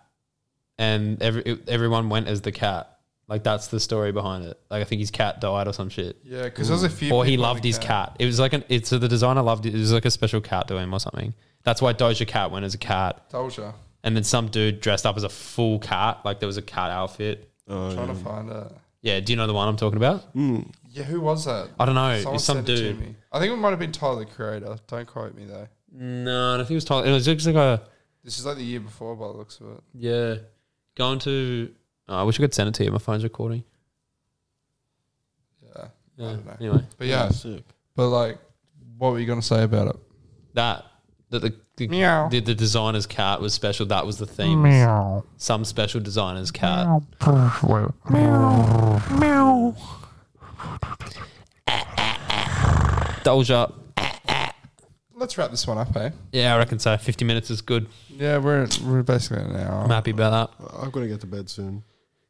S1: and every it- everyone went as the cat. Like that's the story behind it. Like I think his cat died or some shit,
S2: Yeah, because there's a few.
S1: or he
S2: people on
S1: loved
S2: the
S1: his cat. It was like an it's so the designer loved it. It was like a special cat to him or something. That's why Doja Cat went as a cat,
S2: Told ya.
S1: and then some dude dressed up as a full cat. Like there was a cat outfit.
S3: Oh,
S2: Trying to find it.
S1: Yeah, do you know the one I'm talking about?
S2: Yeah, who was that?
S1: I don't know.
S2: Someone
S1: it's some
S2: sent it to
S1: dude.
S2: me. I think it might have been Tyler the Creator. Don't quote me though.
S1: No, I think it was Tyler. It was just like a
S2: This is like the year before, by the looks of it.
S1: yeah. Going to. oh, I wish I could send it to you. My phone's recording.
S2: Yeah,
S1: Yeah.
S2: don't know.
S1: Anyway,
S2: but yeah,
S3: sick.
S2: but like, what were you gonna say about it?
S1: that that the the,
S4: Meow.
S1: the the designer's cat was special. That was the theme. was
S4: Meow.
S1: Some special designer's cat.
S4: Meow. Meow.
S1: Dolge up.
S2: Let's wrap this one up, eh?
S1: Yeah, I reckon so. 50 minutes is good.
S2: Yeah, we're we're basically an
S1: I'm
S2: hour.
S1: happy about that.
S3: I've got to get to bed soon.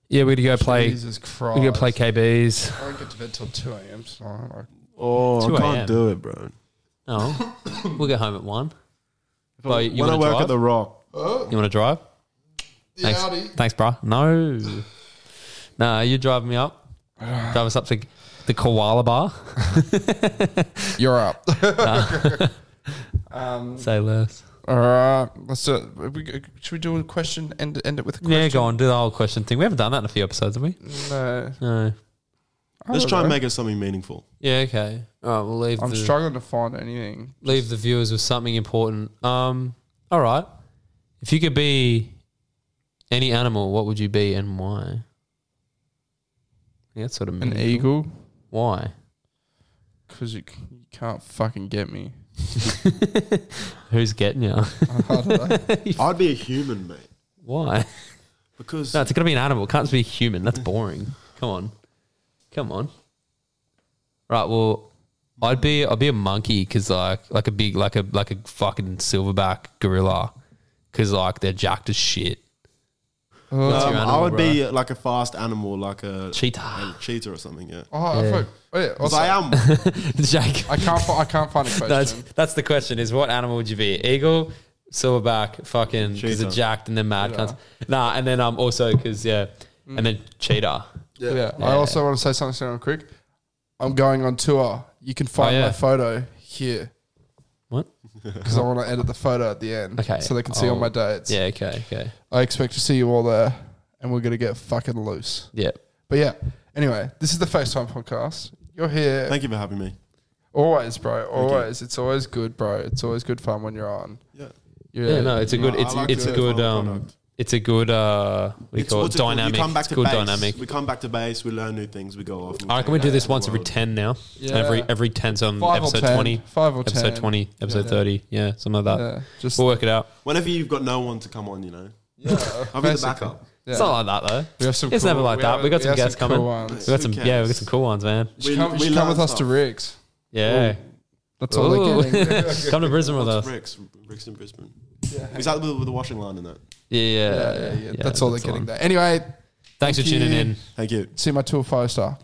S1: Yeah, we're going to go play.
S2: Jesus Christ.
S1: We're going to play KBs.
S2: I won't get to bed till two a.m. tonight.
S3: Oh,
S1: 2
S3: I
S1: a.m..
S3: can't do it, bro.
S1: Oh, [COUGHS] we'll get home at 1. Well, you
S3: when I
S1: wanna
S3: work
S1: drive?
S3: at the Rock,
S2: Oh,
S1: You want to drive?
S2: the
S1: Thanks, thanks, bro. No, nah, you drive me [SIGHS] up. Drive us up to the koala bar.
S2: You're up. [LAUGHS] um,
S1: Say less.
S2: all right. Let's do it. We, should we do a question and end it with a question?
S1: Yeah, go on. Do the whole question thing. We haven't done that in a few episodes, have we?
S2: No.
S1: No.
S2: I
S3: let's
S2: don't
S3: try and
S2: know.
S3: make it
S1: [LAUGHS]
S3: something meaningful.
S1: Yeah. Okay. All right. We'll leave.
S2: I'm
S1: the,
S2: struggling to find anything.
S1: leave the viewers with something important. Um. All right. If you could be any animal, what would you be and why? Yeah, that's sort of
S2: An
S1: meaningful.
S2: eagle,
S1: Why? [LAUGHS]
S2: because you, c- you can't fucking get me.
S1: Who's getting you?
S2: [LAUGHS] I don't know.
S3: I'd be a human, mate,
S1: why?
S3: because
S1: No, it's gonna be an animal. It can't just be a human. That's boring. Come on, come on. Right. Well, I'd be I'd be a monkey because like like a big like a like a fucking silverback gorilla because like they're jacked as shit.
S2: Oh,
S1: What's your
S3: um, I
S1: animal,
S3: would
S1: bro?
S3: be like a fast animal, like a
S1: cheetah.
S3: a cheetah or something. Yeah,
S2: [LAUGHS] oh,
S1: Yeah.
S2: I fuck. Wait,
S3: because
S2: also,
S3: I
S2: I,
S3: am.
S1: [LAUGHS] Jake, [LAUGHS]
S2: can't. Fi- I can't find a question.
S1: that's that's the question: is what animal would you be? Eagle, silverback, fucking because they're
S3: Cheetah.
S1: jacked and they're mad
S2: Cheetah.
S1: cunts. Nah, and then um also because yeah, and then cheetah.
S2: yeah. I also want to say something real quick. I'm going on tour. You can find
S1: Oh, yeah.
S2: my photo here
S3: [LAUGHS]
S1: What?
S2: because I want to edit the photo at the end,
S1: Okay.
S2: so they can see all
S1: I'll-
S2: my dates.
S1: Yeah. Okay. Okay.
S2: I expect to see you all there, and we're gonna get fucking loose.
S1: Yeah.
S2: But yeah. Anyway, this is the first time podcast. You're here
S3: Thank you for having me.
S2: always, bro.
S3: you.
S2: Always. It's always good, bro. It's always good fun when you're on.
S3: Yeah,
S2: You're
S1: Yeah, no, it's a
S3: No,
S1: good.
S3: I
S1: It's
S3: like
S1: it's a
S3: the
S1: good.
S3: final
S1: Um,
S3: product.
S1: it's a good. Uh, what do you call it?
S3: what's called?
S1: Dynamic.
S3: We come back
S1: it's
S3: to
S1: called
S3: base.
S1: dynamic.
S3: We come back to base. We learn new things. We go off. and
S1: I reckon we
S3: take
S1: do
S3: that
S1: this
S3: to the
S1: once every
S3: world.
S1: ten now.
S2: Yeah.
S1: Every every ten, so on
S2: Five or
S1: episode
S2: 10,
S1: twenty,
S2: Five or
S1: episode
S2: 10.
S1: twenty, episode
S2: Yeah.
S1: thirty. Yeah, something like that.
S2: Yeah, just
S1: We'll work it out.
S3: Whenever you've got no one to come on, you know,
S2: yeah,
S3: [LAUGHS] I'll be the
S2: basically.
S3: backup.
S2: Yeah.
S1: It's not like that though.
S2: we have some
S1: It's never like that.
S2: have-
S1: We got some
S2: have
S1: guests coming.
S2: Cool um, ones.
S1: We got some.
S3: Who
S1: Yeah, we got
S3: cares?
S1: some cool ones, man.
S2: You should come, you
S3: we
S2: should come
S3: learn
S2: with us to
S3: stuff.
S2: Riggs.
S1: Yeah.
S2: That's all
S1: Ooh.
S2: they're
S1: [LAUGHS]
S2: getting.
S1: Come to Brisbane with us.
S3: What's Ricks? Ricks in Brisbane. Exactly with, with the washing line and that.
S1: Yeah, yeah,
S2: yeah, yeah, yeah. that's all they're
S1: the
S2: getting
S1: one.
S2: there. Anyway,
S1: Thanks for
S2: Thank
S1: tuning
S2: you.
S1: in.
S3: Thank you.
S2: see my tour five star.